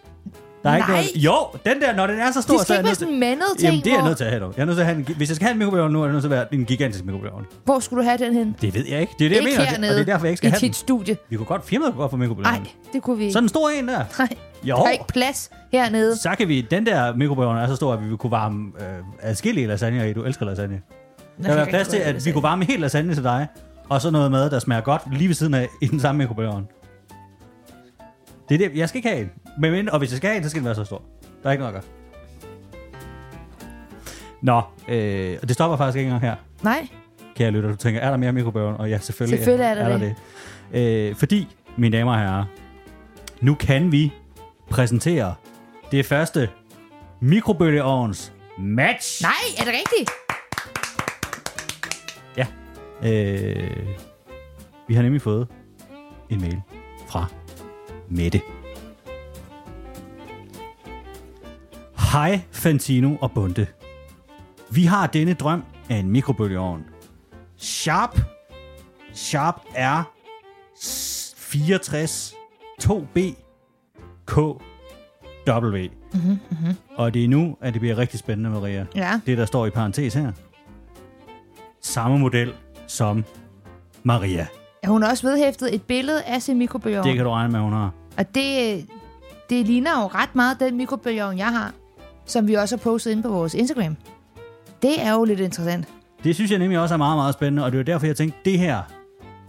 S2: Der er ikke
S3: Nej.
S2: noget... Jo, den der, når den er så stor,
S3: Det skal
S2: så er jeg
S3: ikke
S2: nødt
S3: være
S2: til...
S3: sådan en mandet ting,
S2: Jamen, det er jeg
S3: hvor-
S2: nødt til at have dog. Jeg er nødt til at have en, hvis jeg skal have en mikrobølgeovn nu, er det nødt til at være en gigantisk mikrobølgeovn.
S3: Hvor skulle du have den hen?
S2: Det ved jeg ikke. Det er det, jeg
S3: ikke
S2: mener, og det-
S3: hernede
S2: og det er derfor, jeg ikke skal
S3: i
S2: have den.
S3: dit studie.
S2: Vi kunne godt, firmaet kunne godt få
S3: Nej,
S2: mikrobølgeovn.
S3: det kunne vi ikke.
S2: Sådan en stor en der.
S3: Nej,
S2: Jo.
S3: der er ikke plads hernede.
S2: Så kan vi, den der mikrobølgeovn er så stor, at vi vil kunne varme øh, adskillige lasagne i. Du elsker lasagne. Der vil være plads til, at vi kunne varme helt lasagne til dig, og så noget mad, der smager godt, lige ved siden af i den samme mikrobølgeovn. Det er det, jeg skal ikke have en. Men, men, og hvis jeg skal have en, så skal den være så stor. Der er ikke noget at gøre. Nå, øh, og det stopper faktisk ikke engang her,
S3: Nej,
S2: kære lytter. Du tænker, er der mere mikrobølgeovn? Og ja, selvfølgelig,
S3: Selvfølgelig er der
S2: det. det. Øh, fordi, mine damer og herrer, nu kan vi præsentere det første mikrobølgeovns match.
S3: nej, er det rigtigt?
S2: Ja. Øh, vi har nemlig fået en mail fra Mette. Hej Fantino og Bunde. Vi har denne drøm af en mikrobølgeovn. Sharp, Sharp R 64 2B KW. Mm-hmm, Og det er nu, at det bliver rigtig spændende, Maria.
S3: Ja.
S2: Det, der står i parentes her. Samme model som Maria.
S3: Ja, Hun har også vedhæftet et billede af sin mikrobølgeovn.
S2: Det kan du regne med, hun har.
S3: Og det, det ligner jo ret meget den mikrobølgeovn, jeg har, som vi også har postet inde på vores Instagram. Det er jo lidt interessant.
S2: Det synes jeg nemlig også er meget, meget spændende, og det er jo derfor, jeg tænkte, det her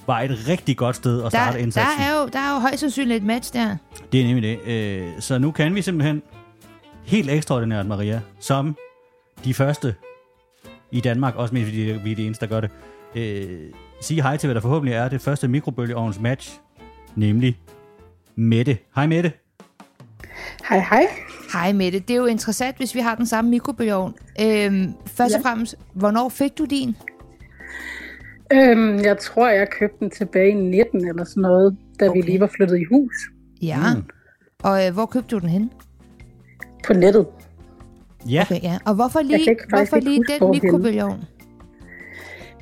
S2: var et rigtig godt sted at
S3: Der,
S2: starte
S3: der,
S2: indsatsen.
S3: er jo, der er jo højst sandsynligt et match der.
S2: Det er nemlig det. Øh, Så nu kan vi simpelthen helt ekstraordinært, Maria, som de første i Danmark, også mest fordi vi er de eneste, der gør det, øh, sige hej til, hvad der forhåbentlig er det første mikrobølgeovns match, nemlig Mette. Hej Mette.
S5: Hej, hej.
S3: Hej Mette, det er jo interessant, hvis vi har den samme mikrobølgeovn. Øhm, først ja. og fremmest, hvornår fik du din?
S5: Øhm, jeg tror, jeg købte den tilbage i 19 eller sådan noget, da okay. vi
S3: Okay.
S5: lige var flyttet i hus
S3: Ja. Mm. Og øh, hvor købte du den hen?
S5: på nettet.
S2: Ja, okay.
S3: Okay, ja. Og hvorfor
S5: kan
S3: lige,
S5: ikke- faktisk
S3: hvorfor
S5: ikke
S3: lige
S5: huske,
S3: den
S5: hvor henne.
S3: mikrobølgeovn?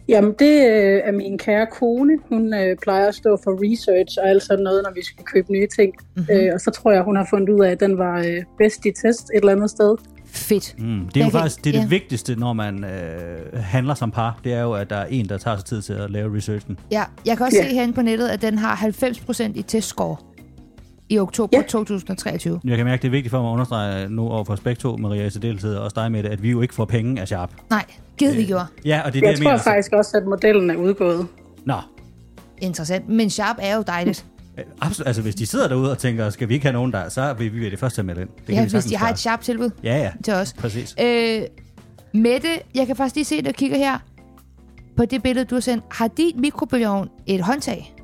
S5: Jamen, det øh, er min kære kone. Hun øh, plejer at stå for research og alt sådan noget, når vi skal købe nye ting. Mm-hmm. Øh, og så tror jeg, hun har fundet ud af, at den var øh, bedst i test et eller andet sted.
S3: Fedt.
S2: Mm, det er jo
S3: Jeg kan-
S2: faktisk det, er det
S3: ja.
S2: vigtigste, når man øh, handler som par. Det er jo, at der er en, der tager sig tid til at lave researchen.
S3: Ja, jeg kan også
S5: Ja.
S3: se herinde på nettet, at den har 90% i testscore. i oktober ja.
S5: Ja.
S3: 2023.
S2: Jeg kan mærke, at det er vigtigt for mig at understrege nu over for os begge to, Maria i særdeleshed, og også dig med det, at vi jo ikke får penge af Sharp.
S3: Nej, givet
S2: Øh.
S3: vi
S2: Ja,
S3: gjorde.
S2: og det er
S5: Jeg
S2: det, jeg
S5: tror
S2: mener.
S5: faktisk også, at modellen er udgået.
S2: Nå,
S3: Interessant. Men Sharp er jo dejligt.
S2: øh, absolut. Altså, hvis de sidder derude og tænker, skal vi ikke have nogen der, så vil vi være det første til at melde ind. Det kan
S3: Ja,
S2: vi
S3: hvis
S2: sagtens
S3: de har
S2: klare.
S3: et Sharp tilbud
S2: Ja, ja.
S3: til os.
S2: Præcis.
S3: Øh, Mette, jeg kan faktisk lige se, der kigger her på det billede, du har sendt. Har din mikrobølgeovn et håndtag?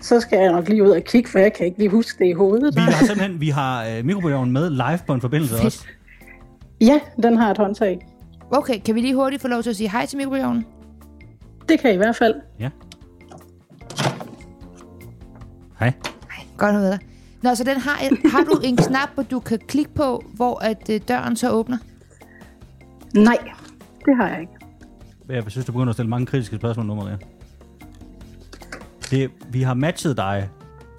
S5: Så skal jeg nok lige ud og kigge, for jeg kan ikke lige huske det i hovedet.
S2: Vi har simpelthen vi har øh, mikrobølgeovnen med live på en forbindelse
S3: Øh, Fedt.
S2: også.
S5: Ja, den har et håndtag.
S3: Okay, kan vi lige hurtigt få lov til at sige hej til mikrobølgeovnen?
S5: Det kan I, i hvert fald.
S2: Ja. Hej.
S3: Nej, godt med dig. Nå, så den har, har du en knap, hvor du kan klikke på, hvor at øh, døren så åbner?
S5: Nej, det har jeg ikke.
S2: Jeg synes, du begynder at stille mange kritiske spørgsmål nu, Maria. Det, vi har matchet dig.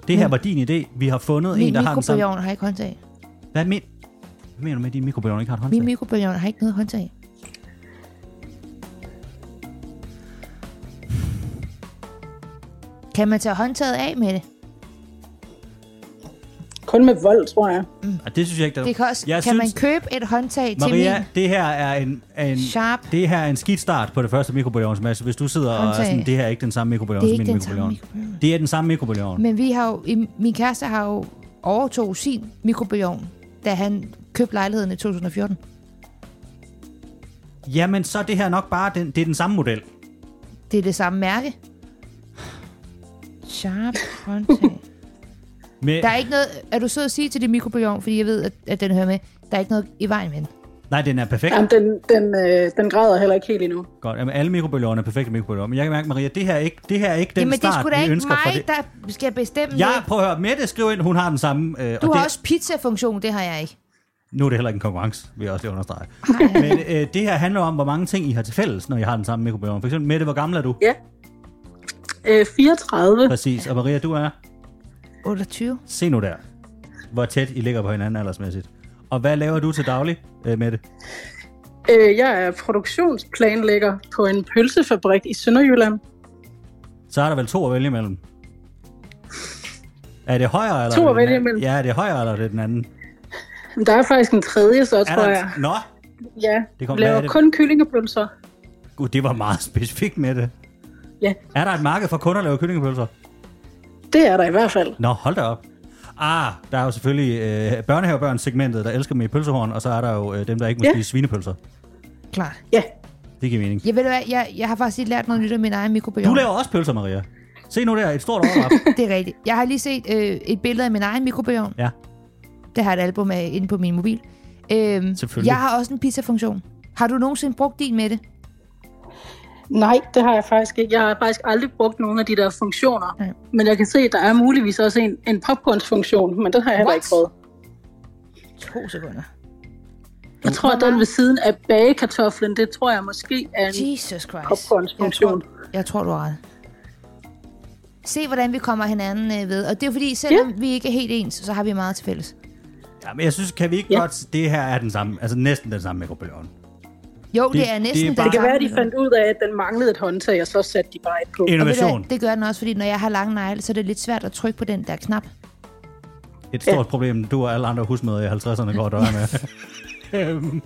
S2: Det her var din idé. Vi har fundet
S3: Mm. Min
S2: en, der har den samme.
S3: mikrobølgeovn har ikke håndtag.
S2: Hvad, men... Hvad mener du med, at din mikrobølgeovn ikke har et håndtag?
S3: Min mikrobølgeovn har ikke noget håndtag. Kan man tage håndtaget af med det?
S5: Kun med vold, tror jeg.
S2: Ah, det synes jeg ikke, der...
S3: Det kan, også,
S2: jeg
S3: kan
S2: synes,
S3: man købe et håndtag
S2: Maria,
S3: til min?
S2: det her er en, en
S3: Sharp.
S2: det her er en skidt start på det første mikrobølgeovnsmasse. Hvis du sidder og er
S3: Håndtag.
S2: sådan, det her er ikke den samme mikrobølgeovn
S3: Det
S2: som
S3: er
S2: min
S3: ikke den samme
S2: mikrobølgeovn.
S3: mikrobølgeovn.
S2: Det er den samme mikrobølgeovn.
S3: Men vi har jo, i- min kæreste har jo overtog sin mikrobølgeovn, da han købte lejligheden i 2014.
S2: Jamen, så er det her nok bare den, det er den samme model.
S3: Det er det samme mærke. Sharp
S2: [laughs]
S3: håndtag.
S2: Med,
S3: Der er ikke noget... Er du sød at sige til din mikrobølgeovn, fordi jeg ved, at, at den hører med. Der er ikke noget i vejen med den.
S2: Nej, den er perfekt.
S5: Jamen, den, den, øh, den græder heller ikke helt endnu.
S2: Godt. Jamen, alle mikrobølgeovne er perfekte mikrobølgeovne. Men jeg kan mærke, Maria, det her er ikke, det her er ikke den
S3: Jamen, det er
S2: start,
S3: sgu da
S2: vi
S3: ikke
S2: ønsker
S3: mig,
S2: for det.
S3: der skal bestemme
S2: Jeg
S3: noget.
S2: prøver at høre, Mette skriver ind, hun har den samme. Øh,
S3: Du
S2: og
S3: har
S2: det,
S3: også pizza-funktion, det har jeg ikke.
S2: Nu er det heller ikke en konkurrence, vil jeg også lige understrege.
S3: Har jeg.
S2: Men øh, det her handler om, hvor mange ting I har til fælles, når I har den samme mikrobølgeovn. For eksempel, Mette, hvor gammel er du?
S5: Ja. Øh, 34.
S2: Præcis. Og Maria, du er?
S3: 28.
S2: Se nu der, hvor tæt I ligger på hinanden aldersmæssigt. Og hvad laver du til daglig, øh, Mette?
S5: Øh, jeg er produktionsplanlægger på en pølsefabrik i Sønderjylland.
S2: Så er der vel to at vælge imellem. Er det højere eller
S5: To
S2: er det den
S5: at vælge
S2: anden?
S5: imellem.
S2: Ja, er det højere eller er det den anden?
S5: Men Der er faktisk en tredje, så
S2: er
S5: tror jeg.
S2: Nå,
S5: Ja,
S2: Det kom- hvad er
S5: laver
S2: det?
S5: kun kyllingepølser.
S2: Gud, det var meget [laughs] specifikt med det.
S5: Ja,
S2: Er der et marked for kunder, der laver kyllingepølser?
S5: det er der i hvert fald.
S2: Nå, hold da op. Ah, der er jo selvfølgelig øh, børnehavebørnssegmentet, der elsker dem i pølsehorn, og så er der jo øh, dem, der ikke må
S5: Ja.
S2: spise svinepølser.
S3: Klart.
S5: Ja,
S2: Det giver mening.
S3: Jeg ved du hvad, jeg, jeg har faktisk lige lært noget nyt om min egen
S2: Du
S3: mikrobølgeovn.
S2: laver også pølser, Maria. Se nu der, et stort
S5: [laughs]
S2: overlap.
S3: Det er rigtigt. Jeg har lige set øh, et billede af min egen mikrobølgeovn.
S2: ja,
S3: Det har jeg et album af inde på min mobil. Øhm,
S2: Selvfølgelig.
S3: jeg har også en pizza-funktion. Har du nogensinde brugt din med det?
S5: nej, det har jeg faktisk ikke. Jeg har faktisk aldrig brugt nogen af de der funktioner.
S3: Nej.
S5: Men jeg kan se, at der er muligvis også en, en popcornsfunktion, men den har jeg heller
S3: What?
S5: ikke prøvet.
S3: To sekunder.
S5: Jeg tror, at den ved siden af bagekartoflen, det tror jeg måske er en...
S3: Jesus Christ. Jeg
S5: Popcornsfunktion.
S3: tror, jeg tror, du har ret. Se, hvordan vi kommer hinanden øh, ved. Og det er jo fordi, selvom vi ikke er helt ens, så har vi meget til fælles.
S2: ja men jeg synes, kan vi ikke
S5: Ja.
S2: godt... Det her er den samme, altså næsten den samme mikrobølgeovn.
S3: Jo, det, det er
S2: det
S3: næsten
S2: er
S3: det
S2: bare-
S5: Det kan
S3: samme.
S5: være, at de fandt ud af, at den manglede et håndtag, og så satte de bare et på.
S3: Og ved du hvad,
S2: Innovation.
S3: det gør den også, fordi når jeg har lange negle, så er det lidt svært at trykke på den der knap.
S2: Et stort problem, du og alle andre husmøder i 50'erne går og døjer med.
S5: [laughs]
S2: Øhm,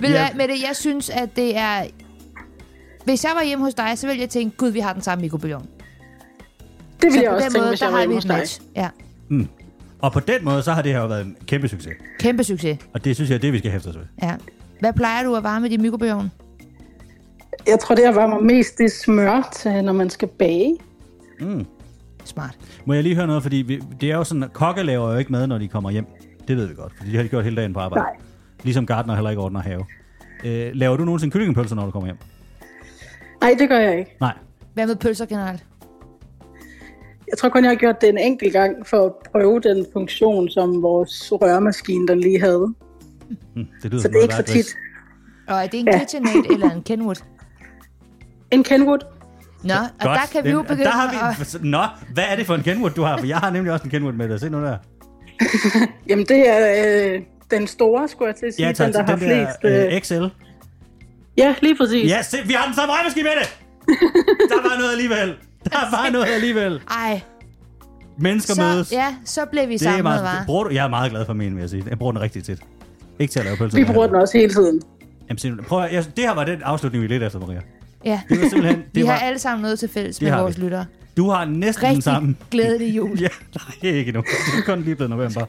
S3: Ved du
S2: Ja.
S3: hvad, Mette, jeg synes, at det er... Hvis jeg var hjemme hos dig, så ville jeg tænke, gud, vi har den samme mikrobølgeovn.
S5: Det ville
S3: Så
S5: jeg
S3: på
S5: også
S3: den
S5: tænke,
S3: måde,
S5: hvis
S3: der
S5: jeg var
S3: har vi
S5: hjemme
S3: et
S5: hos
S3: match.
S5: dig.
S3: Ja,
S2: og på den måde, så har det her jo været en kæmpe succes.
S3: kæmpe succes.
S2: Og det synes jeg er det, vi skal hæfte os ved.
S3: Ja. Hvad plejer du at varme i din mikrobølgeovn?
S5: Jeg tror, det jeg varmer mest, det er smør, til, når man skal bage.
S3: Smart.
S2: Må jeg lige høre noget, fordi vi, det er jo sådan, at kokke laver jo ikke mad, når de kommer hjem. Det ved vi godt, fordi det har de gjort hele dagen på arbejde.
S5: Nej.
S2: Ligesom gardner heller ikke ordner have. Øh, laver du nogensinde kyllingepølser, når du kommer hjem?
S5: Nej, det gør jeg ikke.
S2: Nej.
S3: Hvad med pølser generelt?
S5: Jeg tror kun, jeg har gjort det en enkelt gang for at prøve den funktion, som vores rørmaskine den lige havde.
S2: Hm, det lyder
S5: Så
S2: som noget,
S5: det er ikke
S2: der
S5: så
S2: et
S5: tit.
S2: risk.
S3: Og er det en
S5: [laughs]
S3: KitchenAid eller en Kenwood?
S5: En Kenwood?
S3: Nå, og
S2: Godt.
S3: der kan vi jo
S2: Den-
S3: begynde
S2: der har vi, [laughs]
S3: at...
S2: Nå, hvad er det for en Kenwood, du har? For jeg har nemlig også en Kenwood med dig. Se nu der.
S5: Jamen, det er øh, den store, skulle jeg til at sige.
S2: Ja, tak.
S5: den, der har
S2: Den der,
S5: flest. Øh,
S2: øh, XL.
S5: ja, lige præcis.
S2: Ja, se,
S5: [laughs]
S2: vi har den samme regnmaskine med det. Der var noget alligevel. Der var noget alligevel.
S3: Ej,
S2: Mennesker
S3: så,
S2: mødes.
S3: ja, så blev vi
S2: det er
S3: samlet,
S2: meget,
S3: var.
S2: bruger du, jeg er meget glad for min, vil jeg sige. Jeg bruger den rigtig tit. Ikke til at lave pølser.
S5: Vi bruger den også hele tiden.
S2: Jamen, simpelthen. prøv at, jeg, det her var den afslutning, vi lidt efter, Maria.
S3: Ja.
S2: Det
S3: [laughs]
S2: var simpelthen...
S3: Vi
S2: Det
S3: har
S2: var,
S3: alle sammen noget til fælles
S2: Det
S3: med
S2: har
S3: vores
S2: vi.
S3: lyttere.
S2: du har næsten den samme.
S3: Rigtig
S2: [laughs]
S3: glædelig jul.
S2: Ja, nej, ikke endnu. Det er kun lige blevet november.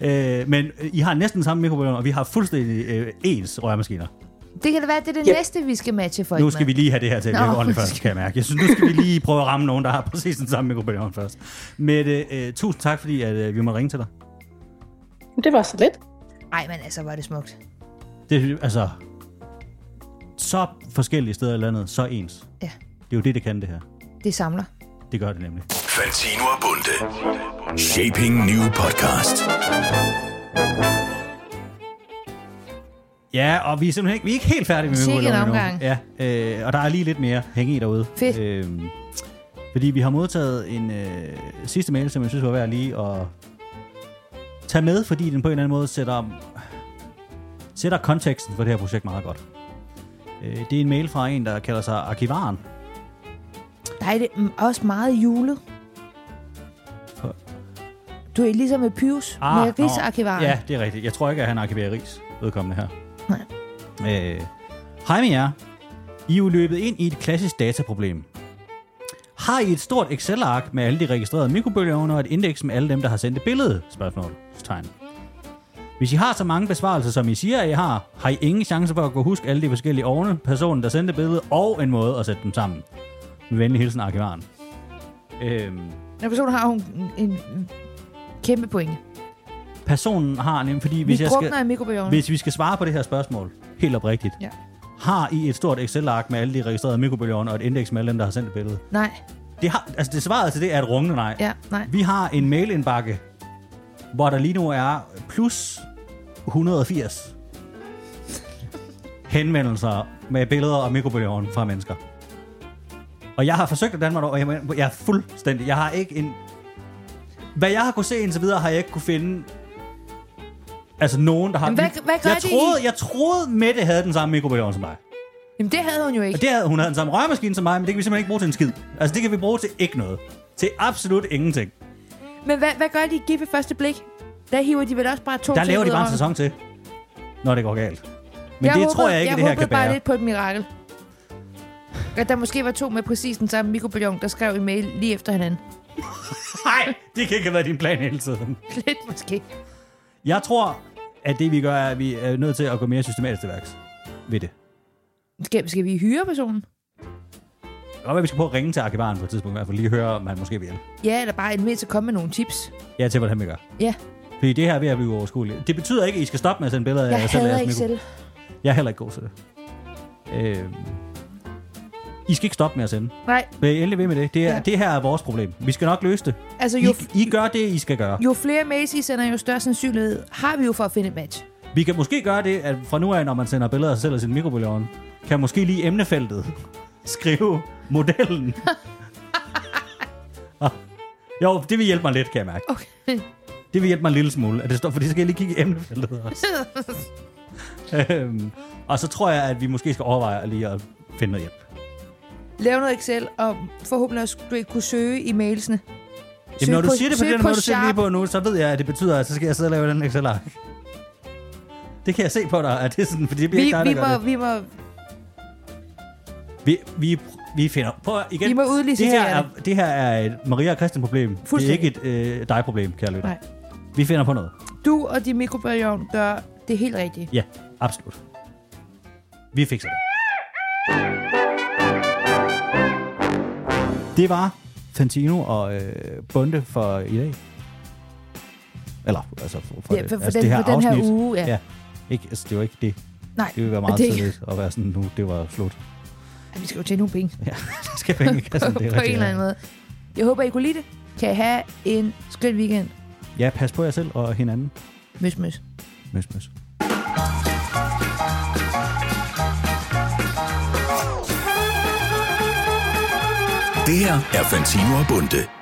S2: Øh, men I har næsten samme mikrobølgeovn, og vi har fuldstændig øh, ens rørmaskiner.
S3: Det kan da være, det er det
S5: Ja.
S3: næste, vi skal matche folk
S2: Nu skal vi
S3: med.
S2: lige have det her til at
S3: Nå,
S2: virke ordentligt
S3: undskyld.
S2: først, kan jeg mærke. Jeg synes, nu skal vi lige prøve at ramme nogen, der har præcis den samme mikrobølgeovn først. Mette, øh, tusind tak, fordi at, øh, vi må ringe til dig.
S5: Det var så let.
S3: Nej, men altså, var det smukt.
S2: Det, er- altså, så forskellige steder i landet, så ens.
S3: Ja,
S2: Det er jo det, det kan, det her.
S3: det samler.
S2: Det gør det nemlig.
S1: Fantino og Bunde. Shaping New Podcast.
S2: Ja, og vi er simpelthen ikke, vi er ikke helt færdige med
S3: Sikke en
S2: Mikrobølgeovnen
S3: omgang.
S2: endnu. Ja, øh, og der er lige lidt mere hænge i derude.
S3: Fedt.
S2: Øhm, fordi vi har modtaget en øh, sidste mail, som jeg synes var værd lige at tage med, fordi den på en eller anden måde sætter, sætter konteksten for det her projekt meget godt. Øh, det er en mail fra en, der kalder sig Arkivaren.
S3: Der er det mm, også meget julet. Du er ligesom med Pius, ah, med
S2: nå.
S3: Rigsarkivaren.
S2: Ja, det er rigtigt. Jeg tror ikke, at han arkiverer ris vedkommende her.
S3: Nej.
S2: Øh, hej med jer. I er jo løbet ind i et klassisk dataproblem. Har I et stort Excel-ark med alle de registrerede mikrobølgeovne og et indeks med alle dem, der har sendt et billede? Spørgsmålstegn. Hvis I har så mange besvarelser, som I siger, at I har, har I ingen chance for at kunne huske alle de forskellige ovne, personen, der sendte billedet, og en måde at sætte dem sammen. Med venlig hilsen, arkivaren. Øhm,
S3: Den person har jo en, en, en kæmpe pointe.
S2: personen har nemlig, fordi
S3: Vi
S2: hvis jeg skal...
S3: drukner i mikrobølgeovnen.
S2: Hvis vi skal svare på det her spørgsmål, helt oprigtigt.
S3: Ja.
S2: Har I et stort Excel-ark med alle de registrerede mikrobølgeovne og et indeks med alle dem, der har sendt et billede?
S3: Nej,
S2: Det har, altså det svaret til det er et rungende nej.
S3: ja, nej.
S2: Vi har en mailindbakke, hvor der lige nu er plus 180 henvendelser med billeder og mikrobølgeovne fra mennesker. Og jeg har forsøgt at danne mig over, og jeg mener, jeg er fuldstændig, jeg har ikke en... Hvad jeg har kunne se indtil videre, har jeg ikke kunne finde Altså nogen, der har...
S3: Men hvad- hvad gør
S2: jeg,
S3: de
S2: troede, jeg troede, Mette havde den samme mikrobølgeovn som mig.
S3: Jamen, det havde hun jo ikke.
S2: Og det havde, hun havde den samme rørmaskine som mig, men det kan vi simpelthen ikke bruge til en skid. Altså, det kan vi bruge til ikke noget. Til absolut ingenting.
S3: Men hvad, hvad gør de i givet første blik? Der hiver de vel også bare to
S2: Der
S3: ting
S2: laver de
S3: ud af
S2: bare en sæson
S3: hånden.
S2: til, når det går galt. Men
S3: jeg
S2: det
S3: håbede,
S2: tror jeg ikke,
S3: jeg
S2: det her
S3: håbede
S2: kan
S3: bare
S2: bære.
S3: lidt på et mirakel. At der måske var to med præcis den samme mikrobølgeovn, der skrev en mail lige efter hinanden.
S2: Nej, det kan ikke have været din plan hele tiden.
S3: [laughs] Lidt måske.
S2: Jeg tror, at det vi gør, er, at vi er nødt til at gå mere systematisk til værks ved det.
S3: Skal, skal vi hyre personen?
S2: Det kan godt være, at vi skal prøve at ringe til arkivaren på et tidspunkt, i hvert fald lige høre, om han måske vil. hjælpe.
S3: Ja, eller bare i det mindste komme med nogle tips.
S2: Ja, til hvordan vi gør.
S3: Ja,
S2: Fordi det her er ved at blive uoverskueligt. Det betyder ikke, at I skal stoppe med at sende billeder af
S3: jeg
S2: jer selv. og
S3: hader
S2: jeres
S3: ikke
S2: mikro-
S3: selv.
S2: Jeg er heller ikke god til det. Øh, I skal ikke stoppe med at sende.
S3: Nej,
S2: Bliv endelig ved med det. Det, er,
S3: Ja.
S2: ja. det her er vores problem. Vi skal nok løse det.
S3: altså jo,
S2: I, I gør det, I skal gøre.
S3: jo flere mails I sender, jo større sandsynlighed har vi jo for at finde et match.
S2: Vi kan måske gøre det, at fra nu af, når man sender billeder af sig selv og sin mikrobølgeovn, kan måske lige i emnefeltet [laughs] skrive
S3: [laughs]
S2: modellen. Ah, jo, det vil hjælpe mig lidt, kan jeg mærke.
S3: Okay.
S2: Det vil hjælpe mig en lille smule, at det står, for det skal jeg lige kigge i emnefeltet
S3: [laughs]
S2: også. øhm, og så tror jeg, at vi måske skal overveje lige at finde noget hjælp.
S3: [laughs] Lav noget Excel, og forhåbentlig også, du ikke kunne søge i mailsene.
S2: Jamen, når du siger det på
S3: søg
S2: den måde, du siger det lige
S3: Sharp.
S2: på nu, så ved jeg, at det betyder, at så skal jeg sidde og lave den excel -ark. Det kan jeg se på dig, at det er sådan, for det bliver
S3: Vi,
S2: ikke dig,
S3: vi,
S2: der
S3: må,
S2: gør det.
S3: vi må...
S2: Vi, vi, vi finder på igen.
S3: Vi må
S2: det her,
S3: udlicitere
S2: er, det her er et Maria og Christian problem. Det er ikke
S3: Fuldstændig.
S2: et øh, dig problem, kære lytter.
S3: Nej.
S2: Vi finder på noget.
S3: Du og din mikrobølgeovn gør det helt rigtige.
S2: Ja, absolut. Vi fikser det. Det var Fantino og øh, Bunde for i dag. Eller, altså for, for,
S3: Ja,
S2: det,
S3: for- for
S2: altså,
S3: den-
S2: det her
S3: for den her
S2: afsnit.
S3: uge, ja.
S2: ja. Ikke, altså, det var ikke det.
S3: Nej,
S2: Det ville være meget
S3: det,
S2: tidligt at være sådan, nu det var slut. [laughs]
S3: Ej, vi skal jo tjene nogle penge.
S2: Ja, det skal penge i kassen,
S3: [laughs] på
S2: altså, det er
S3: en
S2: rigtigt.
S3: eller anden måde. Jeg håber, I kunne lide det. Kan I have en skøn weekend.
S2: Ja, pas på jer selv og hinanden.
S3: Møs, møs.
S2: Møs, møs.
S1: Det her er Fantino og Bunde.